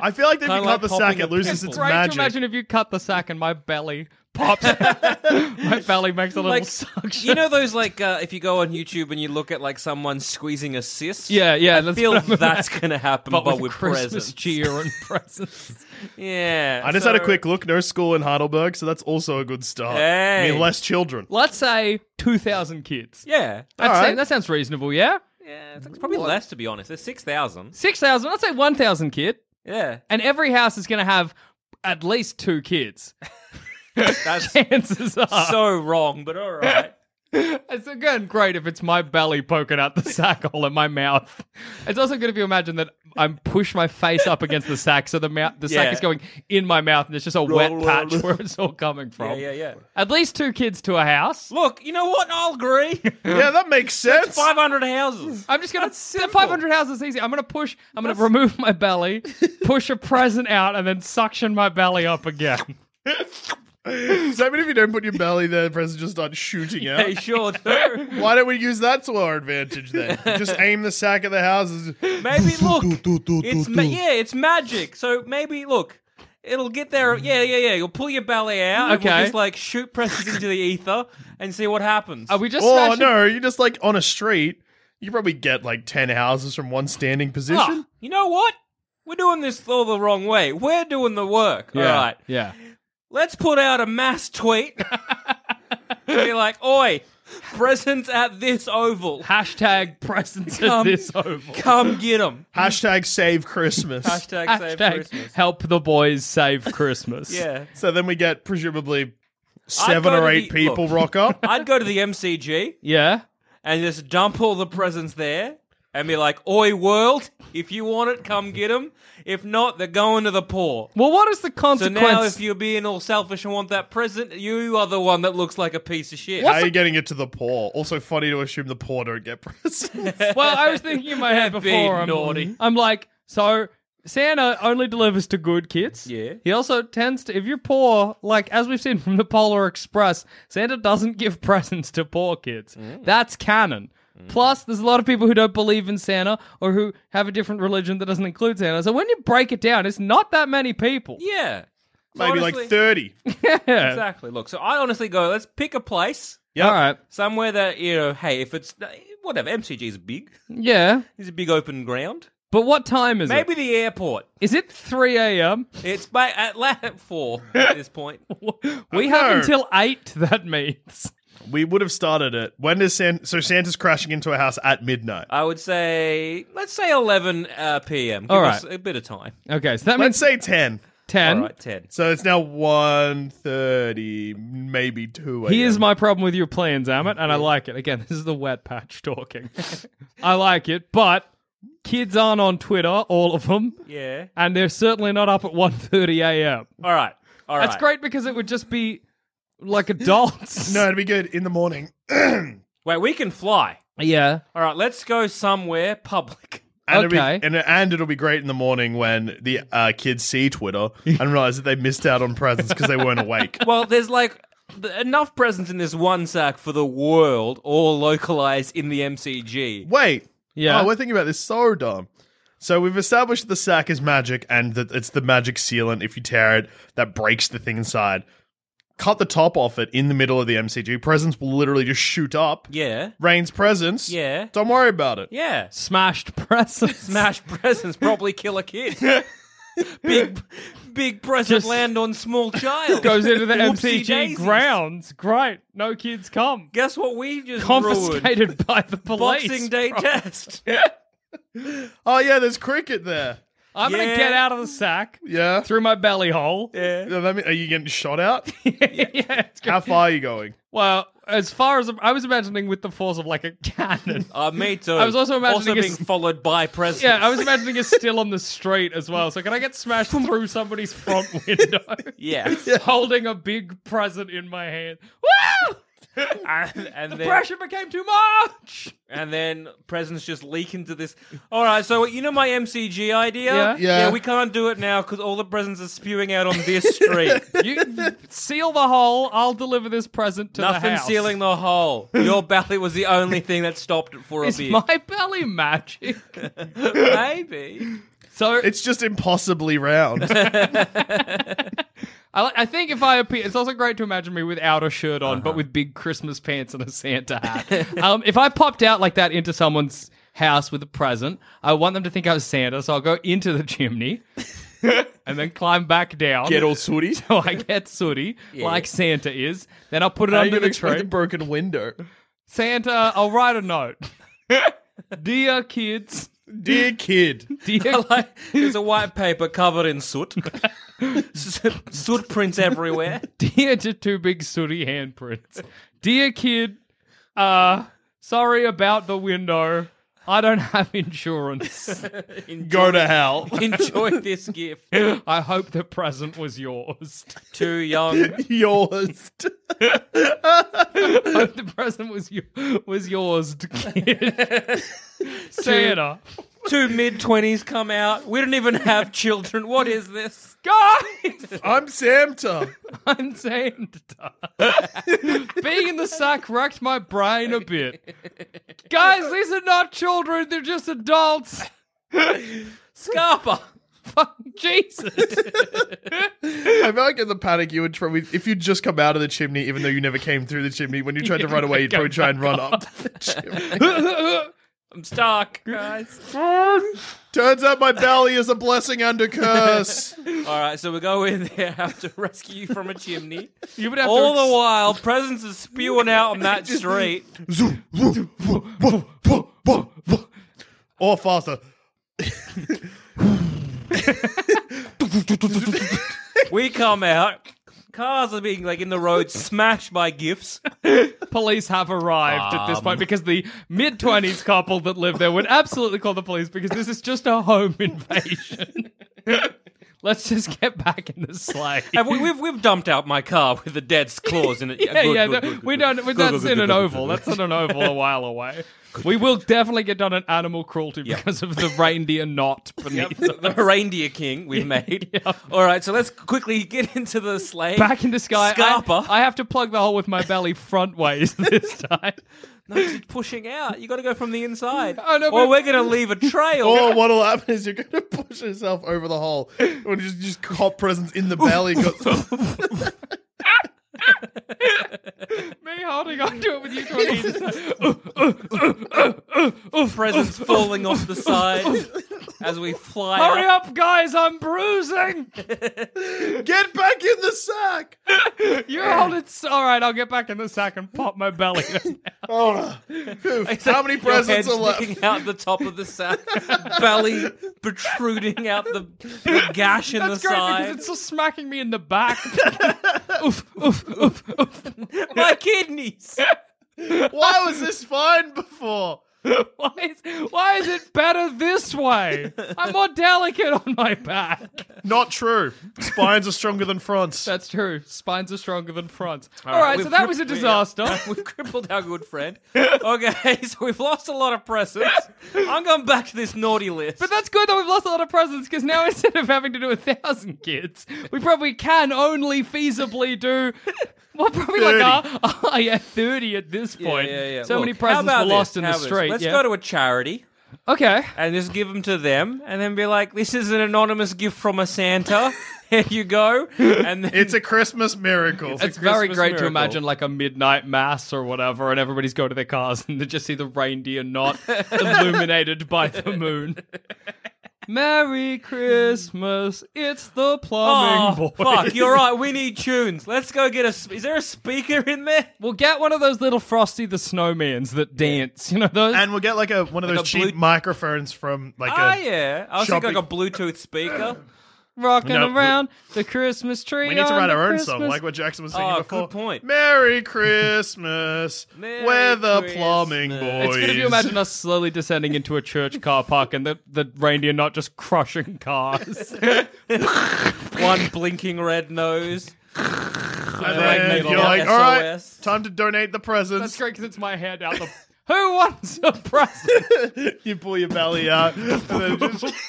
Speaker 4: I feel like if you
Speaker 2: Kinda
Speaker 4: cut
Speaker 2: like
Speaker 4: the
Speaker 2: popping
Speaker 4: sack,
Speaker 2: a
Speaker 4: it loses
Speaker 2: pimple.
Speaker 4: its
Speaker 3: Great
Speaker 4: magic.
Speaker 3: to imagine if you cut the sack and my belly pops. my belly makes a little
Speaker 2: like
Speaker 3: suction.
Speaker 2: you know those like uh, if you go on YouTube and you look at like someone squeezing a cyst.
Speaker 3: yeah, yeah.
Speaker 2: I
Speaker 3: that's
Speaker 2: feel
Speaker 3: what I'm
Speaker 2: that's
Speaker 3: imagining.
Speaker 2: gonna happen,
Speaker 3: But,
Speaker 2: but,
Speaker 3: with, Christmas
Speaker 2: presents.
Speaker 3: cheer and presents.
Speaker 2: Yeah,
Speaker 4: I just
Speaker 2: so-
Speaker 4: had a quick look. No school in Heidelberg, so that's also a good start. I
Speaker 2: Hey.
Speaker 4: mean, less children.
Speaker 3: Let's say 2,000 kids.
Speaker 2: Yeah,
Speaker 3: That,
Speaker 4: all
Speaker 3: sa-
Speaker 4: right.
Speaker 3: that sounds reasonable, yeah?
Speaker 2: yeah, it's probably less to be honest. There's six thousand.
Speaker 3: 6,000. Let's say 1,000 kid.
Speaker 2: Yeah,
Speaker 3: And every house is going to have at least two kids.
Speaker 2: that's
Speaker 3: Chances are.
Speaker 2: so wrong, but all right.
Speaker 3: It's again great if it's my belly poking out the sack hole in my mouth. It's also good if you imagine that I'm push my face up against the sack, so the mouth the
Speaker 2: Yeah.
Speaker 3: sack is going in my mouth, and it's just a wet patch where it's all coming
Speaker 2: Yeah,
Speaker 3: from.
Speaker 2: yeah, yeah.
Speaker 3: At least two kids to a house.
Speaker 2: Look, you know what? I'll agree.
Speaker 4: yeah, that makes sense.
Speaker 2: 500 houses.
Speaker 3: I'm just gonna the
Speaker 2: simple.
Speaker 3: 500 houses easy. I'm gonna push. I'm gonna remove my belly, push a present out, and then suction my belly up again.
Speaker 4: Does that mean if you don't put your belly there, the present just starts shooting out?
Speaker 2: Hey, sure do.
Speaker 4: Why don't we use that to our advantage then? just aim the sack at the houses.
Speaker 2: Maybe look, it's ma- yeah, it's magic. So maybe look, it'll get there. Yeah, yeah, yeah. You'll pull your belly out. and we'll
Speaker 3: Mm. Okay.
Speaker 2: just like shoot presses into the ether and see what happens.
Speaker 3: Are we just?
Speaker 4: Oh
Speaker 3: smashing-
Speaker 4: no, you're just like on a street. You probably get like ten houses from one standing position.
Speaker 2: Ah, you know what? We're doing this all the wrong way. We're doing the work.
Speaker 3: Yeah,
Speaker 2: All right.
Speaker 3: Yeah.
Speaker 2: Let's put out a mass tweet. Be like, oi, presents at this oval.
Speaker 3: Hashtag presents at
Speaker 2: Come-
Speaker 3: this oval.
Speaker 2: Come get them.
Speaker 4: Hashtag save Christmas.
Speaker 2: Ah. Hashtag, save
Speaker 3: Hashtag
Speaker 2: Christmas.
Speaker 3: help the boys save Christmas.
Speaker 2: Yeah.
Speaker 4: so then we get presumably seven
Speaker 2: go
Speaker 4: or
Speaker 2: to
Speaker 4: eight
Speaker 2: the-
Speaker 4: people
Speaker 2: look.
Speaker 4: rock up.
Speaker 2: I'd go to the MCG
Speaker 3: Yeah.
Speaker 2: and just dump all the presents there and be like, oi, world, if you want it, come get them. If not, they're going to the poor.
Speaker 3: Well, what is the
Speaker 2: So
Speaker 3: consequence?
Speaker 2: now, if you're being all selfish and want that present, you are the one that looks like a piece of shit.
Speaker 4: How are you getting it to the poor? Also funny to assume the poor don't get presents.
Speaker 3: well, I was thinking in my head
Speaker 2: Being
Speaker 3: before. I'm,
Speaker 2: naughty.
Speaker 3: I'm like, so Santa only delivers to good kids.
Speaker 2: Yeah.
Speaker 3: He also tends to, if you're poor, like as we've seen from the Polar Express, Santa doesn't give presents to poor kids.
Speaker 2: Mm.
Speaker 3: That's canon. Plus, there's a lot of people who don't believe in Santa or who have a different religion that doesn't include Santa. So when you break it down, it's not that many people.
Speaker 2: Yeah. So
Speaker 4: Maybe
Speaker 2: honestly-
Speaker 4: like thirty.
Speaker 2: Exactly. Look, so I honestly go, let's pick a place.
Speaker 4: Yep.
Speaker 3: All right.
Speaker 2: Somewhere that, you know, hey, if it's whatever, MCG's big.
Speaker 3: Yeah.
Speaker 2: It's a big open ground.
Speaker 3: But what time is
Speaker 2: Maybe
Speaker 3: it?
Speaker 2: the airport.
Speaker 3: Is it 3 a.m.?
Speaker 2: It's by at la- at four at this point.
Speaker 3: We
Speaker 4: know.
Speaker 3: have until 8, that means.
Speaker 4: We would have started it. When does San- so Santa's crashing into a house at midnight?
Speaker 2: I would say, let's say 11 uh, p.m. Give
Speaker 3: All
Speaker 2: us
Speaker 3: right.
Speaker 2: a bit of time.
Speaker 3: Okay, so that
Speaker 4: Let's
Speaker 3: means
Speaker 4: say ten.
Speaker 3: 10.
Speaker 2: All right, 10.
Speaker 4: So it's now 1.30, maybe two.
Speaker 3: Here's
Speaker 4: AM.
Speaker 3: my problem with your plans, Amit, and I like it. Again, this is the wet patch talking. I like it, but kids aren't on Twitter, all of them,
Speaker 2: Yeah.
Speaker 3: and they're certainly not up at 1.30 a.m.
Speaker 2: All right. All right.
Speaker 3: That's great because it would just be like adults.
Speaker 4: No, it'd be good in the morning. and
Speaker 2: Wait, we can fly.
Speaker 3: Yeah.
Speaker 2: All right, let's go somewhere public.
Speaker 4: It'll be,
Speaker 3: Okay.
Speaker 4: and, and it'll be great in the morning when the uh, kids see Twitter and realize that they missed out on presents because they weren't awake.
Speaker 2: Well, there's like th- enough presents in this one sack for the world, all localized in the MCG.
Speaker 4: Wait.
Speaker 3: Yeah.
Speaker 4: Oh, we're thinking about this so dumb. So we've established the sack is magic and that it's the magic sealant. If you tear it, that breaks the thing inside. Cut the top off it in the middle of the MCG. Presents will literally just shoot up.
Speaker 2: Yeah.
Speaker 4: Rain's presents.
Speaker 2: Yeah.
Speaker 4: Don't worry about it.
Speaker 2: Yeah.
Speaker 3: Smashed presses.
Speaker 2: Smash presents, probably kill a kid. big, big present
Speaker 3: Just-
Speaker 2: land on small child.
Speaker 3: Goes into the
Speaker 2: Whoopsie
Speaker 3: MCG
Speaker 2: daisies.
Speaker 3: grounds. Great. No kids come.
Speaker 2: Guess what we just ruined?
Speaker 3: Confiscated by the police.
Speaker 2: Boxing Day test.
Speaker 4: Oh yeah, there's cricket there.
Speaker 3: I'm going
Speaker 2: Yeah.
Speaker 3: to get out of the sack
Speaker 4: Yeah.
Speaker 3: through my belly hole.
Speaker 4: Yeah, that mean- are you getting shot out?
Speaker 3: yeah it's
Speaker 4: How far are you going?
Speaker 3: Well, as far as I was imagining, with the force of like a cannon.
Speaker 2: Uh, me too.
Speaker 3: I was also imagining
Speaker 2: also
Speaker 3: a
Speaker 2: being
Speaker 3: s-
Speaker 2: followed by presents.
Speaker 3: Yeah, I was imagining it's still on the street as well. So can I get smashed through somebody's front window?
Speaker 2: Yeah.
Speaker 3: holding a big present in my hand. Woo!
Speaker 2: and, and then,
Speaker 3: Pressure became too much.
Speaker 2: and then presents just leak into this. All right, so you know my MCG idea?
Speaker 3: Yeah.
Speaker 4: Yeah.
Speaker 2: we can't do it now because all the presents are spewing out on this street.
Speaker 3: You seal the hole. I'll deliver this present to the
Speaker 2: Nothing
Speaker 3: house.
Speaker 2: sealing the hole. Your belly was the only thing that stopped it for a
Speaker 3: Is
Speaker 2: bit.
Speaker 3: my belly magic?
Speaker 2: Maybe.
Speaker 3: So
Speaker 4: It's just impossibly round. It's
Speaker 3: I, li- I think if I appear, it's also great to imagine me without a shirt on,
Speaker 4: Uh-huh.
Speaker 3: but with big Christmas pants and a Santa hat. um, if I popped out like that into someone's house with a present, I want them to think I was Santa, so I'll go into the chimney and then climb back down.
Speaker 4: sooty.
Speaker 3: so I get sooty, like Santa is. Then I'll put it
Speaker 4: How are you
Speaker 3: under
Speaker 4: gonna
Speaker 3: the
Speaker 4: explain
Speaker 3: tree.
Speaker 4: the broken window?
Speaker 3: Santa, I'll write a note. Dear kids,
Speaker 4: Dear kid,
Speaker 3: dear
Speaker 2: Like, there's a white paper covered in soot. S- soot prints everywhere.
Speaker 3: Dear to two big sooty handprints. Dear kid, Uh, sorry about the window. I don't have insurance.
Speaker 4: Go to hell.
Speaker 2: Enjoy this gift.
Speaker 3: I hope the present was yours.
Speaker 2: Too young.
Speaker 4: Yours.
Speaker 3: hope the present was you- was yours, kid. Santa.
Speaker 2: Two mid twenties come out. We don't even have children. What is this?
Speaker 3: Guys,
Speaker 4: I'm Santa.
Speaker 3: I'm Santa. Being in the sack racked my brain a bit. Guys, these are not children, they're just adults.
Speaker 2: Scarpa.
Speaker 3: Fuck Jesus.
Speaker 4: I feel like in the panic, you would try, if you just come out of the chimney, even though you never came through the chimney, when you tried to run away, you'd probably try and run up. the chimney.
Speaker 2: I'm stuck, guys.
Speaker 4: Turns out my belly is a blessing and a curse.
Speaker 2: All right, so we go in there, have to rescue you from a chimney.
Speaker 3: You would have
Speaker 2: All
Speaker 3: to
Speaker 2: the while, presents are spewing out on that street.
Speaker 4: Zoom, woo, woo, woo, woo, woo, woo. or faster.
Speaker 2: We come out. Cars are being like in the road, smashed by gifts.
Speaker 3: police have arrived at this
Speaker 2: Um.
Speaker 3: point because the mid 20s couple that live there would absolutely call the police because this is just a home invasion. Let's just get back in the sleigh.
Speaker 2: Have we, we've we've dumped out my car with the dead's claws in it.
Speaker 3: yeah, yeah,
Speaker 2: good,
Speaker 3: no,
Speaker 2: good, good,
Speaker 3: we
Speaker 2: good.
Speaker 3: don't. we- that's in an oval. That's in an oval a while away. We will definitely get done on animal cruelty because of the reindeer knot beneath. us.
Speaker 2: the reindeer king we've made. All right, so let's quickly get into the sleigh.
Speaker 3: Back in the sky. I-
Speaker 2: Scarpa.
Speaker 3: I, have to plug the hole with my belly front ways this time.
Speaker 2: No, 'cause it's pushing out. You got to go from the inside.
Speaker 3: Oh, no,
Speaker 2: or
Speaker 3: but- Oh.
Speaker 2: we're gonna leave a trail.
Speaker 4: Or what'll happen is you're going to push yourself over the hole. Or just just cop presents in the belly. Go-
Speaker 3: Me holding onto it with you two.
Speaker 2: presents falling off the side as we fly.
Speaker 3: Hurry
Speaker 2: up.
Speaker 3: up, guys! I'm bruising.
Speaker 4: Get back in the sack.
Speaker 3: You hold it. s- All right, I'll get back in the sack and pop my belly.
Speaker 4: Oh, how many
Speaker 2: Your head
Speaker 4: presents are left?
Speaker 2: sticking out the top of the sack, belly protruding out the, the gash in
Speaker 3: That's
Speaker 2: the
Speaker 3: great
Speaker 2: side.
Speaker 3: because it's just smacking me in the back. oof, oof, oof, oof.
Speaker 2: My kidneys.
Speaker 4: Why was this fine before?
Speaker 3: Why is, why is it better this way? I'm more delicate on my back.
Speaker 4: Not true. Spines are stronger than fronts.
Speaker 3: That's true. Spines are stronger than fronts. All
Speaker 2: right,
Speaker 3: right, so
Speaker 2: we've
Speaker 3: that was a
Speaker 2: cri- we-
Speaker 3: disaster.
Speaker 2: We've crippled our good friend. Okay, so we've lost a lot of presents. I'm going back to this naughty list.
Speaker 3: But that's good that we've lost a lot of presents because now instead of having to do a thousand kids, we probably can only feasibly do. Well, probably like a, oh, yeah, 30 at this point. So many
Speaker 2: Look,
Speaker 3: presents
Speaker 2: how
Speaker 3: were
Speaker 2: about
Speaker 3: lost
Speaker 2: this?
Speaker 3: in
Speaker 2: How
Speaker 3: the
Speaker 2: about this?
Speaker 3: street.
Speaker 2: Let's
Speaker 3: yeah.
Speaker 2: go to a charity
Speaker 3: Okay.
Speaker 2: and just give them to them, and then be like, "This is an anonymous gift from a Santa. Here you go." And then
Speaker 4: It's a Christmas miracle.
Speaker 3: It's very
Speaker 2: Christmas
Speaker 3: great
Speaker 2: miracle.
Speaker 3: to imagine like a midnight mass or whatever, and everybody's going to their cars and they just see the reindeer not illuminated by the moon. Merry Christmas! It's the plumbing
Speaker 2: Oh,
Speaker 3: boy.
Speaker 2: fuck, you're right. We need tunes. Let's go get a. sp- Is there a speaker in there?
Speaker 3: We'll get one of those little Frosty the Snowmans that dance. You know those.
Speaker 4: and we'll get like a one of those
Speaker 2: a blue-
Speaker 4: cheap microphones from like
Speaker 2: Ah,
Speaker 4: a
Speaker 2: yeah. I was thinking like a
Speaker 4: shopping-
Speaker 2: Bluetooth speaker.
Speaker 3: rocking
Speaker 4: No, we-
Speaker 3: around the Christmas tree.
Speaker 4: We need to
Speaker 3: on
Speaker 4: write
Speaker 3: the
Speaker 4: our own
Speaker 3: Christmas-
Speaker 4: song, like what Jackson was singing
Speaker 2: Oh,
Speaker 4: before.
Speaker 2: good point.
Speaker 4: Merry Christmas,
Speaker 2: Merry
Speaker 4: we're the
Speaker 2: Christmas.
Speaker 4: plumbing
Speaker 3: It's
Speaker 4: boys.
Speaker 3: gonna be imagine us slowly descending into a church car park and the, the reindeer not just crushing cars.
Speaker 2: One blinking red nose.
Speaker 4: and
Speaker 3: like
Speaker 4: then
Speaker 3: Mabel.
Speaker 4: you're
Speaker 3: Yeah,
Speaker 4: like, all right,
Speaker 2: SOS.
Speaker 4: time to donate the
Speaker 3: That's
Speaker 4: presents.
Speaker 3: great because it's my hand out the. Who wants a present?
Speaker 4: You pull your belly out. and then just-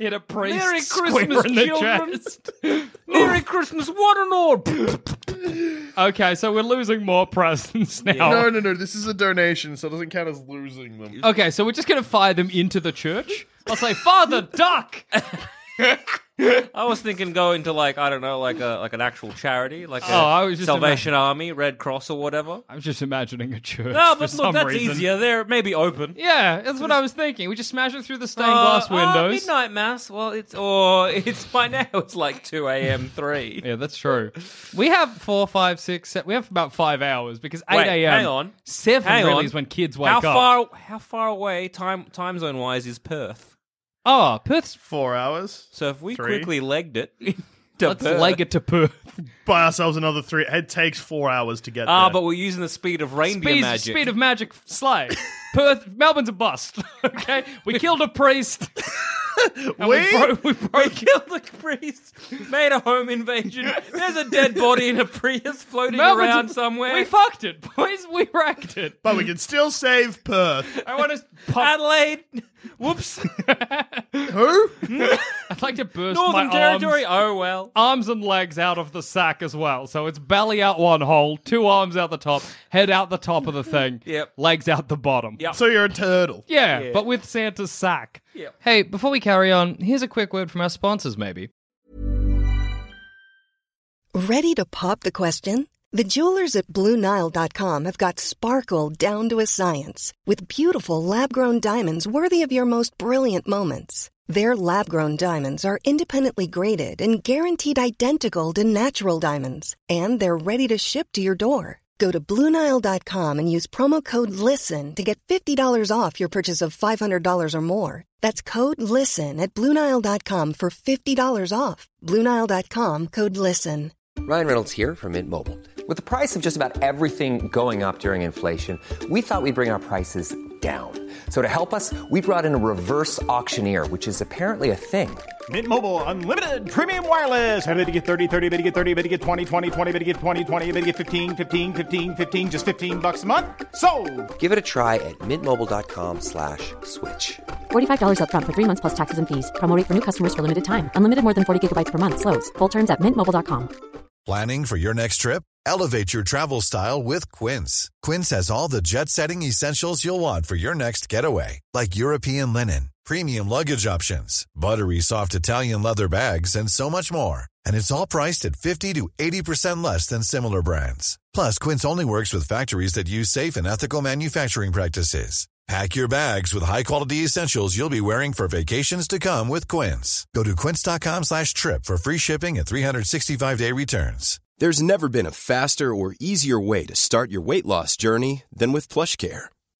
Speaker 3: Hit a priest.
Speaker 2: Merry
Speaker 3: square
Speaker 2: Christmas,
Speaker 3: in the
Speaker 2: children.
Speaker 3: chest.
Speaker 2: Merry Christmas, what an orb!
Speaker 3: Okay, so we're losing more presents now.
Speaker 4: no, no, no. This is a donation, so it doesn't count as losing them.
Speaker 3: Okay, so we're just gonna fire them into the church. I'll say, Father Duck.
Speaker 2: I was thinking going to like I don't know, like a like an actual charity, like a
Speaker 3: Oh, I was just
Speaker 2: Salvation Army, Red Cross, or whatever.
Speaker 3: I'm just imagining a church.
Speaker 2: No,
Speaker 3: for
Speaker 2: but look,
Speaker 3: some
Speaker 2: that's
Speaker 3: reason.
Speaker 2: easier. They're maybe open.
Speaker 3: Yeah, that's what I was thinking. We just smash it through the stained
Speaker 2: Uh,
Speaker 3: glass
Speaker 2: uh,
Speaker 3: windows.
Speaker 2: midnight mass. Well, it's or it's by now. It's like two a.m. three.
Speaker 3: yeah, that's true. We have four, five, six, seven. We have about five hours because eight
Speaker 2: Wait,
Speaker 3: a.m.
Speaker 2: hang on.
Speaker 3: seven
Speaker 2: Hang
Speaker 3: really
Speaker 2: on.
Speaker 3: is when kids wake
Speaker 2: How
Speaker 3: up.
Speaker 2: far? How far away time time zone wise is Perth?
Speaker 3: Oh, Perth's
Speaker 4: Four hours.
Speaker 2: So if we
Speaker 4: Three.
Speaker 2: quickly legged it
Speaker 5: Let's leg it to Perth.
Speaker 4: Buy ourselves another three. It takes four hours to get
Speaker 2: Ah,
Speaker 4: there.
Speaker 2: but we're using the speed of reindeer
Speaker 3: Speed,
Speaker 2: magic.
Speaker 3: speed of magic sleigh. Perth, Melbourne's a bust. Okay, we killed a priest.
Speaker 4: but
Speaker 3: We bro- we broke.
Speaker 2: we killed the priest, made a home invasion. There's a dead body in a Prius floating
Speaker 3: Melbourne's a-
Speaker 2: around somewhere.
Speaker 3: We fucked it, boys. We wrecked it.
Speaker 4: but we can still save Perth.
Speaker 3: I want to. Pop-
Speaker 2: Adelaide. Whoops.
Speaker 4: Who?
Speaker 3: I'd like to burst
Speaker 2: Northern
Speaker 3: my
Speaker 2: Territory.
Speaker 3: arms,
Speaker 2: Oh well.
Speaker 3: arms and legs out of the sack as well. So it's belly out one hole, two arms out the top, head out the top of the thing,
Speaker 2: Yep.
Speaker 3: legs out the bottom.
Speaker 2: Yep.
Speaker 4: So you're a turtle.
Speaker 3: Yeah, but with Santa's sack.
Speaker 2: Yep.
Speaker 5: Hey, before we carry on, here's a quick word from our sponsors, maybe.
Speaker 6: Ready to pop the question? The jewelers at BlueNile.com have got sparkle down to a science with beautiful lab grown diamonds worthy of your most brilliant moments. Their lab grown diamonds are independently graded and guaranteed identical to natural diamonds, and they're ready to ship to your door. Go to BlueNile.com and use promo code LISTEN to get $50 off your purchase of $500 or more. That's code LISTEN at BlueNile.com for $50 off. BlueNile.com code LISTEN.
Speaker 7: Ryan Reynolds here from Mint Mobile. With the price of just about everything going up during inflation, we thought we'd bring our prices down. So to help us, we brought in a reverse auctioneer, which is apparently a thing.
Speaker 8: Mint Mobile unlimited premium wireless. Ready to get 30, 30, bet you get 30, bet you get 20, 20, 20, bet you get 20, 20, bet you get 15, 15, 15, 15 just 15 bucks a month. So,
Speaker 7: Give it a try at mintmobile.com slash switch.
Speaker 9: $45 up front for three months plus taxes and fees. Promo rate for new customers for limited time. Unlimited more than 40 gigabytes per month. Slows. Full terms at mintmobile.com.
Speaker 10: Planning for your next trip? Elevate your travel style with Quince. Quince has all the jet setting essentials you'll want for your next getaway, like European linen, premium luggage options, buttery soft Italian leather bags, and so much more. And it's all priced at 50 to 80% less than similar brands. Plus, Quince only works with factories that use safe and ethical manufacturing practices. Pack your bags with high-quality essentials you'll be wearing for vacations to come with Quince. Go to quince.com slash trip for free shipping and 365-day returns.
Speaker 11: There's never been a faster or easier way to start your weight loss journey than with PlushCare.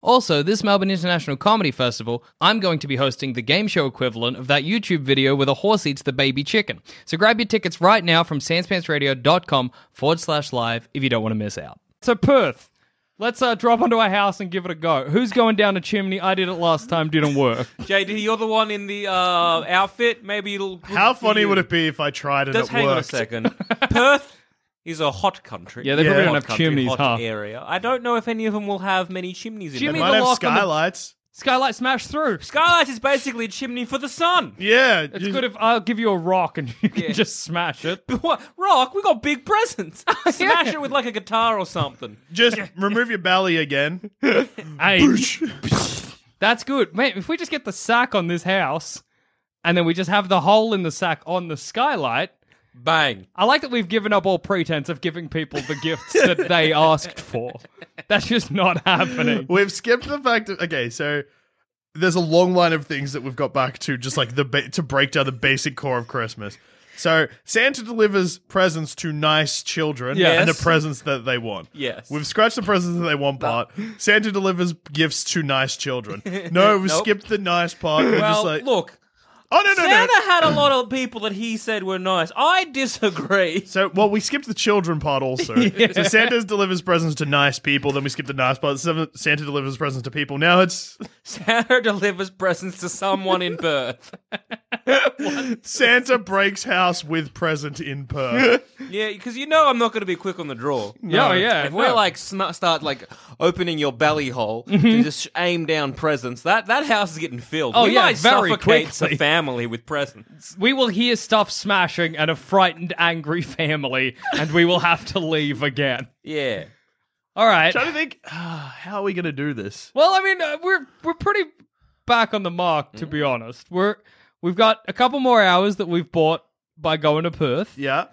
Speaker 5: Also, this Melbourne International Comedy Festival, I'm going to be hosting the game show equivalent of that YouTube video where the horse eats the baby chicken. So grab your tickets right now from sanspantsradio.com forward slash live if you don't want to miss out.
Speaker 3: So Perth, let's uh, drop onto our house and give it a go. Who's going down a chimney? I did it last time, didn't work.
Speaker 2: JD, you're the one in the uh, outfit. Maybe it'll.
Speaker 4: How funny would it be if I tried and
Speaker 2: Just
Speaker 4: it
Speaker 2: hang
Speaker 4: worked?
Speaker 2: on a second. Perth is a hot country.
Speaker 3: Yeah, they
Speaker 4: probably
Speaker 2: Hot
Speaker 4: don't
Speaker 3: have
Speaker 2: country,
Speaker 3: chimneys,
Speaker 2: hot
Speaker 3: huh?
Speaker 2: Area. I don't know if any of them will have many chimneys
Speaker 4: They
Speaker 2: in
Speaker 3: Jimmy
Speaker 2: them.
Speaker 4: might
Speaker 3: the
Speaker 4: have
Speaker 3: lock on the-
Speaker 4: skylights.
Speaker 3: Skylight smash through.
Speaker 2: Skylight is basically a chimney for the sun.
Speaker 4: Yeah,
Speaker 3: It's
Speaker 4: you-
Speaker 3: good if I'll give you a rock and you can just smash it.
Speaker 2: What? Rock, we got big presents. Smash it with like a guitar or something.
Speaker 4: Just remove your belly again.
Speaker 3: Hey, that's good, mate. If we just get the sack on this house, and then we just have the hole in the sack on the skylight.
Speaker 2: Bang.
Speaker 3: I like that we've given up all pretense of giving people the gifts that they asked for. That's just not happening.
Speaker 4: We've skipped the fact that okay, so there's a long line of things that we've got back to, just like the ba- to break down the basic core of Christmas. So Santa delivers presents to nice children,
Speaker 2: Yes.
Speaker 4: and the presents that they want.
Speaker 2: Yes.
Speaker 4: we've scratched the presents that they want part. Santa delivers gifts to nice children. No, we
Speaker 2: Nope.
Speaker 4: skipped the nice part. We're
Speaker 2: Well,
Speaker 4: just like,
Speaker 2: look,
Speaker 4: oh no, no, no.
Speaker 2: Santa had a lot of people that he said were nice. I disagree.
Speaker 4: So, well, we skipped the children part also. So Santa delivers presents to nice people. Then we skipped the nice part. Seven- Santa delivers presents to people. Now it's
Speaker 2: Santa delivers presents to someone in birth.
Speaker 4: Santa breaks house with present in Perth.
Speaker 2: Yeah, because you know I'm not going to be quick on the draw.
Speaker 3: Yeah, yeah.
Speaker 2: If
Speaker 3: no.
Speaker 2: we're like sm- start like opening your belly hole to just aim down presents, that that house is getting filled.
Speaker 3: Mm-hmm. Oh,
Speaker 2: we
Speaker 3: yeah,
Speaker 2: might
Speaker 3: very
Speaker 2: suffocate
Speaker 3: quickly.
Speaker 2: the family with presents.
Speaker 3: We will hear stuff smashing and a frightened, angry family, and we will have to leave again.
Speaker 2: Yeah,
Speaker 3: All right.
Speaker 4: Trying to think, ah, how are we going to do this?
Speaker 3: Well, I mean, uh, we're we're pretty back on the mark,
Speaker 2: Mm.
Speaker 3: to be honest. We're we've got a couple more hours that we've bought by going to Perth.
Speaker 4: Yeah.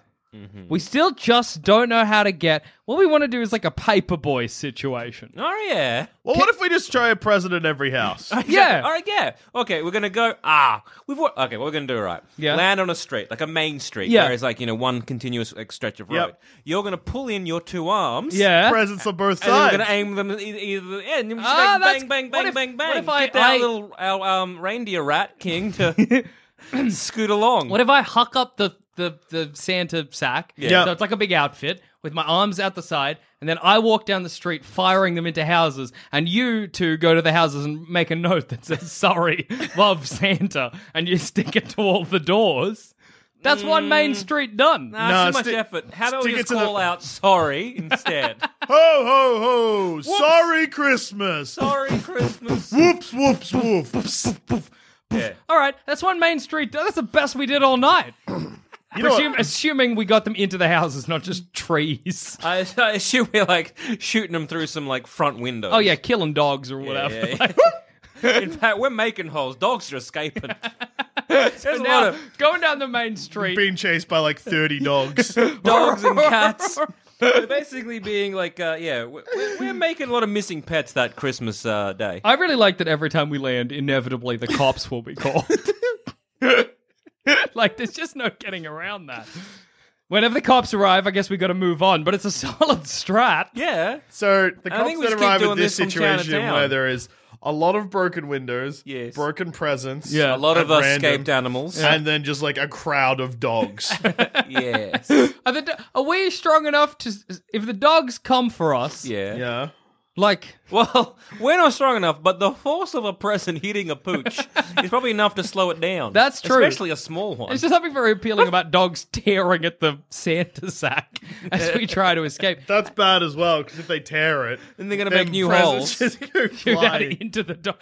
Speaker 3: We still just don't know how to get. What we want to do is like a paperboy situation.
Speaker 2: Oh yeah.
Speaker 4: Well, what if we just try a president every house?
Speaker 3: Yeah.
Speaker 2: All right. Yeah. Okay. We're gonna go. Ah. We've. wa- Okay. What we're gonna do? Right.
Speaker 3: Yeah.
Speaker 2: Land on a street, like a main street.
Speaker 3: Yeah.
Speaker 2: Where it's like you know one continuous like, stretch of road.
Speaker 4: Yep.
Speaker 2: You're gonna pull in your two arms.
Speaker 3: Yeah.
Speaker 4: Presence on both
Speaker 2: And then we're
Speaker 4: sides.
Speaker 2: gonna aim them e-, either, either yeah, and then we just
Speaker 3: Ah, that's-
Speaker 2: bang, bang,
Speaker 3: what
Speaker 2: bang,
Speaker 3: if-
Speaker 2: bang, bang.
Speaker 3: what if I-
Speaker 2: Get our
Speaker 3: I-
Speaker 2: little our, um, reindeer rat king to scoot along.
Speaker 3: What if I huck up the the, the Santa sack?
Speaker 4: Yeah.
Speaker 3: So it's like a big outfit with my arms out the side, and then I walk down the street firing them into houses, and you two go to the houses and make a note that says "Sorry, love Santa," and you stick it to all the doors. That's one main street done.
Speaker 2: Nah,
Speaker 4: Nah,
Speaker 2: Ah, too much
Speaker 4: stick-
Speaker 2: effort. How about we
Speaker 4: stick it
Speaker 2: just
Speaker 4: to the-
Speaker 2: call out sorry instead?
Speaker 4: Ho ho ho! Sorry, Christmas.
Speaker 2: sorry, Christmas.
Speaker 4: Whoops! Whoops! Whoops!
Speaker 2: Yeah.
Speaker 3: All right, that's one main street. done. That's the best we did all night.
Speaker 4: You know
Speaker 3: Assum-
Speaker 4: what?
Speaker 3: assuming we got them into the houses, not just trees.
Speaker 2: I, I assume we're like shooting them through some like front windows.
Speaker 3: Oh yeah, killing dogs or whatever.
Speaker 2: Yeah, yeah. In fact, we're making holes. Dogs are escaping. There's a lot
Speaker 3: Now
Speaker 2: of
Speaker 3: going down the main street.
Speaker 4: Being chased by like thirty dogs.
Speaker 2: dogs and cats. We're basically being like, uh, yeah, we're, we're making a lot of missing pets that Christmas uh, day.
Speaker 3: I really like that every time we land, inevitably the cops will be called. like, there's just no getting around that. Whenever the cops arrive, I guess we got to move on, but it's a solid strat.
Speaker 2: Yeah.
Speaker 4: So the
Speaker 2: I
Speaker 4: cops
Speaker 2: think we
Speaker 4: that
Speaker 2: just keep
Speaker 4: arrive at
Speaker 2: doing
Speaker 4: this
Speaker 2: this from town to
Speaker 4: situation
Speaker 2: town.
Speaker 4: where there is a lot of broken windows,
Speaker 2: Yes.
Speaker 4: broken presents,
Speaker 3: Yeah.
Speaker 2: A lot of
Speaker 4: at
Speaker 2: uh,
Speaker 4: random,
Speaker 2: escaped animals.
Speaker 4: and then just like a crowd of dogs.
Speaker 2: Yes.
Speaker 3: Are, the, do- are we strong enough to. If the dogs come for us,
Speaker 2: Yeah.
Speaker 4: yeah.
Speaker 3: like,
Speaker 2: Well, we're not strong enough, but the force of a person hitting a pooch is probably enough to slow it down.
Speaker 3: That's true.
Speaker 2: Especially a small one.
Speaker 3: there's just something very appealing about dogs tearing at the Santa sack as we try to escape.
Speaker 4: That's bad as well because if they tear it,
Speaker 2: and they're going to
Speaker 4: then
Speaker 2: make new
Speaker 4: presents
Speaker 2: holes.
Speaker 4: just go
Speaker 3: Shoot that
Speaker 4: flying.
Speaker 3: into the dog.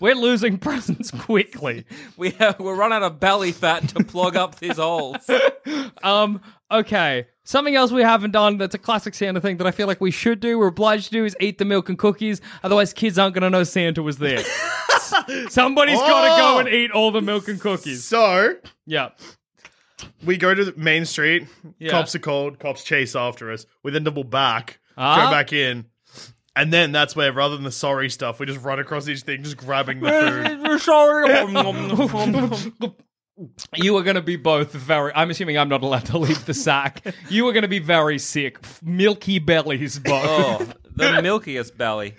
Speaker 3: We're losing presents quickly.
Speaker 2: We have, we'll run out of belly fat to plug up these holes.
Speaker 3: Um, okay. Something else we haven't done that's a classic Santa thing that I feel like we should do, we're obliged to do, is eat the milk and cookies. Otherwise, kids aren't going to know Santa was there. Somebody's got to go
Speaker 4: Oh!
Speaker 3: and eat all the milk and cookies.
Speaker 4: So
Speaker 3: Yeah.
Speaker 4: we go to the main street.
Speaker 3: Yeah.
Speaker 4: Cops are called. Cops chase after us. We then double back,
Speaker 3: Ah.
Speaker 4: go back in, and then that's where rather than the sorry stuff, we just run across each thing, just grabbing the food.
Speaker 2: Sorry.
Speaker 3: You are going to be both very. I'm assuming I'm not allowed to leave the sack. You are going to be very sick. Milky bellies, both.
Speaker 2: oh, the milkiest belly.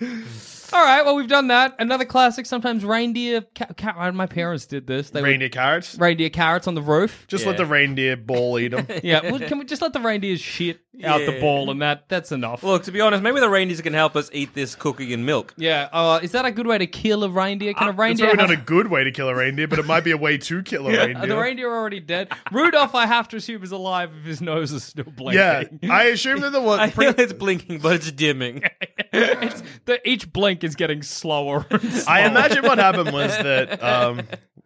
Speaker 3: All right. Well, we've done that. Another classic. Sometimes reindeer. Ca- ca- my parents did this. They would
Speaker 4: Reindeer carrots.
Speaker 3: reindeer carrots on the roof.
Speaker 4: Just let
Speaker 2: Yeah.
Speaker 4: the reindeer ball eat them.
Speaker 3: Yeah. Well, can we just let the reindeers shit out the
Speaker 2: Yeah.
Speaker 3: ball and that? That's enough.
Speaker 2: Look, to be honest, maybe the reindeers can help us eat this cookie and milk.
Speaker 3: Yeah. Uh, is that a good way to kill a reindeer? Can a
Speaker 4: uh, It's
Speaker 3: reindeer?
Speaker 4: probably not a
Speaker 3: have-
Speaker 4: good way to kill a reindeer, but it might be a way to kill a
Speaker 3: are the
Speaker 4: reindeer.
Speaker 3: reindeer already dead? Rudolph, I have to assume, is alive if his nose is still
Speaker 4: yeah,
Speaker 3: blinking.
Speaker 4: I assume that the one.
Speaker 2: I feel it's blinking, but it's dimming.
Speaker 3: it's, the, each blink is getting slower. and slower.
Speaker 4: I imagine what happened was that. Um,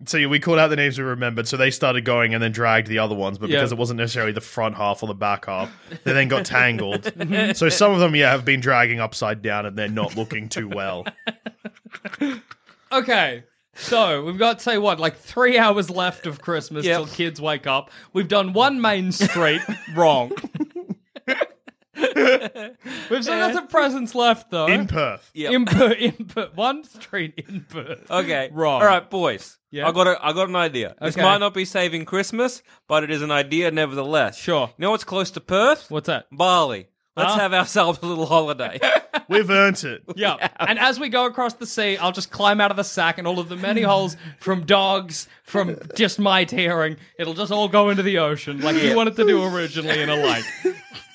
Speaker 4: so we called out the names we remembered, so they started going and then dragged the other ones, but
Speaker 3: Yeah.
Speaker 4: because it wasn't necessarily the front half or the back half, they then got tangled.
Speaker 2: Mhm.
Speaker 4: so some of them, yeah, have been dragging upside down and they're not looking too well.
Speaker 3: Okay. So we've got say what, like three hours left of Christmas
Speaker 2: Yep.
Speaker 3: till kids wake up. We've done one main street wrong. we've still got some presents left though.
Speaker 4: In Perth.
Speaker 2: Yep.
Speaker 3: Input, input, one street input.
Speaker 2: Okay.
Speaker 3: Wrong.
Speaker 2: All right, boys.
Speaker 3: Yeah.
Speaker 2: I got a, I got an idea. This
Speaker 3: Okay.
Speaker 2: might not be saving Christmas, but it is an idea nevertheless.
Speaker 3: Sure.
Speaker 2: You know what's close to Perth?
Speaker 3: What's that?
Speaker 2: Bali. Let's
Speaker 3: Huh?
Speaker 2: have ourselves a little holiday.
Speaker 4: We've earned it.
Speaker 3: Yeah. And as we go across the sea, I'll just climb out of the sack and all of the many holes from dogs, from just my tearing, it'll just all go into the ocean like you wanted to do originally in a lake.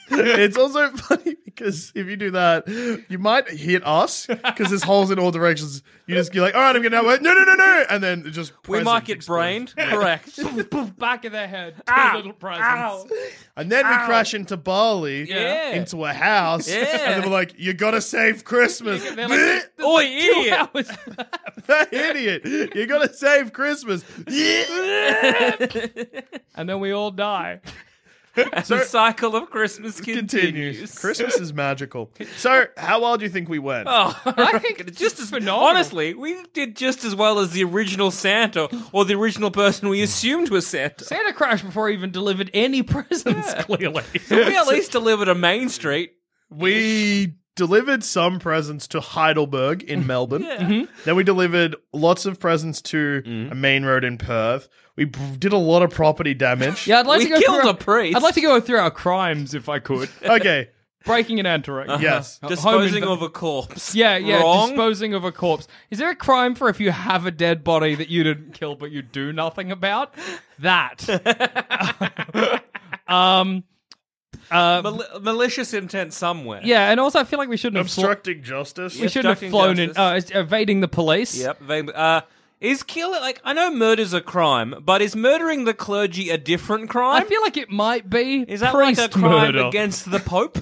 Speaker 4: It's also funny because if you do that, you might hit us because there's holes in all directions. You just you're like, all right, I'm getting out. No, no, no, no, and then it just
Speaker 2: we
Speaker 4: presents
Speaker 2: might get
Speaker 4: explode.
Speaker 2: brained. Correct.
Speaker 3: Poof, poof, back of their head. Two little presents.
Speaker 4: And then we crash into Bali,
Speaker 2: Yeah.
Speaker 4: into a house,
Speaker 2: Yeah.
Speaker 4: and then we're like, "You gotta save Christmas,
Speaker 3: They're like,
Speaker 2: Oi, idiot.
Speaker 3: "That was-
Speaker 4: That idiot! You gotta save Christmas."
Speaker 3: and then we all die.
Speaker 2: And the cycle of Christmas continues.
Speaker 4: Christmas is magical. So, how well do you think we went?
Speaker 2: Oh, I think it's just as
Speaker 3: Oh.
Speaker 2: phenomenal. Honestly, we did just as well as the original Santa or the original person we assumed was Santa.
Speaker 3: Santa crashed before he even delivered any presents, clearly.
Speaker 2: We at least delivered a Main Street.
Speaker 4: We delivered some presents to Heidelberg in Melbourne.
Speaker 3: Mm-hmm.
Speaker 4: Then we delivered lots of presents to
Speaker 2: Mm.
Speaker 4: a main road in Perth. We b- did a lot of property damage.
Speaker 3: Yeah, I'd like
Speaker 2: We
Speaker 3: to go
Speaker 2: killed
Speaker 3: through
Speaker 2: a priest.
Speaker 3: I'd like to go through our crimes if I could.
Speaker 4: Okay.
Speaker 3: Breaking and entering. Uh,
Speaker 4: Yes.
Speaker 3: home
Speaker 2: Uh-huh. Disposing
Speaker 3: inv-
Speaker 2: of a corpse.
Speaker 3: Yeah, yeah.
Speaker 2: Wrong?
Speaker 3: Disposing of a corpse. Is there a crime for if you have a dead body that you didn't kill but you do nothing about? That. um. Uh,
Speaker 2: Mal- malicious intent somewhere.
Speaker 3: yeah, and also I feel like we shouldn't have flo-
Speaker 4: Obstructing justice.
Speaker 3: we shouldn't have
Speaker 2: obstructing
Speaker 3: flown in. Uh,
Speaker 2: justice.
Speaker 3: evading the police.
Speaker 2: Yep. vaguely. Uh, is killing like I know murder's a crime, but is murdering the clergy a different crime?
Speaker 3: I feel like it might be
Speaker 2: is that like
Speaker 3: priest
Speaker 2: a crime
Speaker 3: murder.
Speaker 2: against the Pope?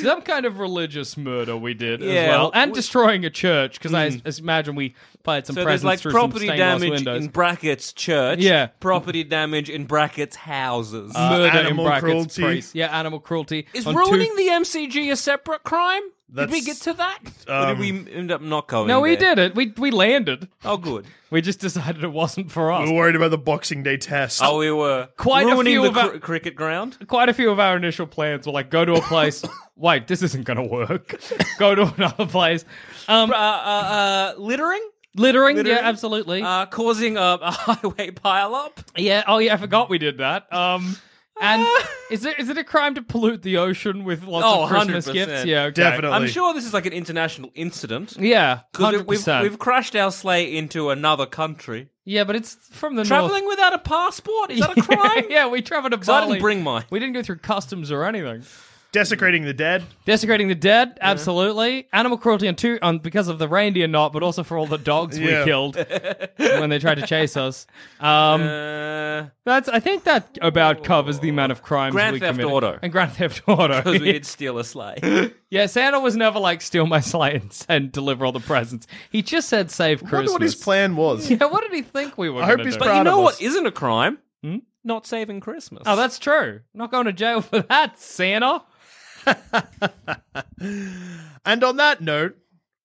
Speaker 3: some kind of religious murder we did as
Speaker 2: Yeah,
Speaker 3: well, and
Speaker 2: we- Hmm.
Speaker 3: destroying a church because I s- s- imagine we fired some
Speaker 2: So
Speaker 3: presents
Speaker 2: there's like
Speaker 3: through
Speaker 2: property
Speaker 3: some stained glass
Speaker 2: damage
Speaker 3: windows.
Speaker 2: in brackets church.
Speaker 3: Yeah. Uh,
Speaker 2: Property damage in brackets houses.
Speaker 3: Murder in
Speaker 4: Uh, animal
Speaker 3: brackets,
Speaker 4: cruelty.
Speaker 3: priest. Yeah, animal cruelty.
Speaker 2: is
Speaker 3: on
Speaker 2: ruining
Speaker 3: two-
Speaker 2: the MCG a separate crime? Did we
Speaker 4: That's-
Speaker 2: get to that?
Speaker 4: um,
Speaker 2: or did we end up not going?
Speaker 3: No, we
Speaker 2: there?
Speaker 3: did it. We we landed.
Speaker 2: Oh, good.
Speaker 3: We just decided it wasn't for us.
Speaker 4: We were worried about the Boxing Day test.
Speaker 2: Oh, we were
Speaker 3: Quite a
Speaker 2: ruining
Speaker 3: few
Speaker 2: the
Speaker 3: of our-
Speaker 2: cr- cricket ground.
Speaker 3: Quite a few of our initial plans were like go to a place. Wait, this isn't going to work. go to another place. Um,
Speaker 2: Uh, uh, uh, littering,
Speaker 3: littering,
Speaker 2: littering?
Speaker 3: Yeah, absolutely.
Speaker 2: uh, causing a, a highway pileup.
Speaker 3: yeah. Oh yeah, I forgot we did that. Um. And is it is it a crime to pollute the ocean with lots
Speaker 2: Oh,
Speaker 3: of Christmas
Speaker 2: 100%.
Speaker 3: gifts? Yeah, okay.
Speaker 4: Definitely.
Speaker 2: I'm sure this is like an international incident.
Speaker 3: Yeah,
Speaker 2: 'Cause
Speaker 3: hundred
Speaker 2: We've, we've,
Speaker 3: percent.
Speaker 2: we've crashed our sleigh into another country.
Speaker 3: Yeah, but it's from the
Speaker 2: Traveling without a passport is that a crime?
Speaker 3: yeah, we traveled to
Speaker 2: 'Cause I
Speaker 3: Bali.
Speaker 2: didn't bring mine.
Speaker 3: We didn't go through customs or anything.
Speaker 4: Desecrating the dead.
Speaker 3: Desecrating the dead, absolutely. Animal cruelty on two on because of the reindeer not, but also for all the dogs
Speaker 4: Yeah.
Speaker 3: we killed when they tried to chase us. Um,
Speaker 2: Uh,
Speaker 3: that's I think that about covers the amount of crimes
Speaker 2: Grand
Speaker 3: we
Speaker 2: Theft
Speaker 3: committed.
Speaker 2: Auto.
Speaker 3: and Grand Theft Auto.
Speaker 2: because we did steal a sleigh.
Speaker 3: yeah, Santa was never like steal my sleigh and, and deliver all the presents. He just said save
Speaker 4: I wonder
Speaker 3: Christmas.
Speaker 4: what his plan was.
Speaker 3: Yeah, what did he think we were?
Speaker 4: I hope
Speaker 3: gonna
Speaker 4: he's
Speaker 3: do?
Speaker 2: But you know
Speaker 4: of
Speaker 2: what
Speaker 4: us.
Speaker 2: isn't a crime? Not saving Christmas.
Speaker 3: Oh, that's true. Not going to jail for that, Santa.
Speaker 4: And on that note,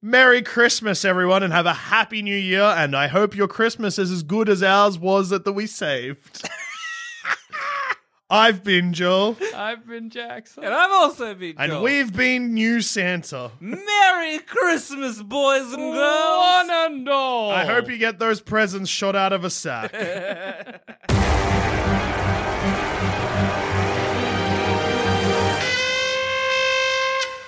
Speaker 4: Merry Christmas, everyone, and have a Happy New Year. And I hope your Christmas is as good as ours was that that we saved. I've been Joel,
Speaker 3: I've been Jackson.
Speaker 2: And I've also been.
Speaker 4: and
Speaker 2: Joel.
Speaker 4: we've been New Santa.
Speaker 2: Merry Christmas, boys and girls.
Speaker 3: One and all.
Speaker 4: I hope you get those presents shot out of a sack.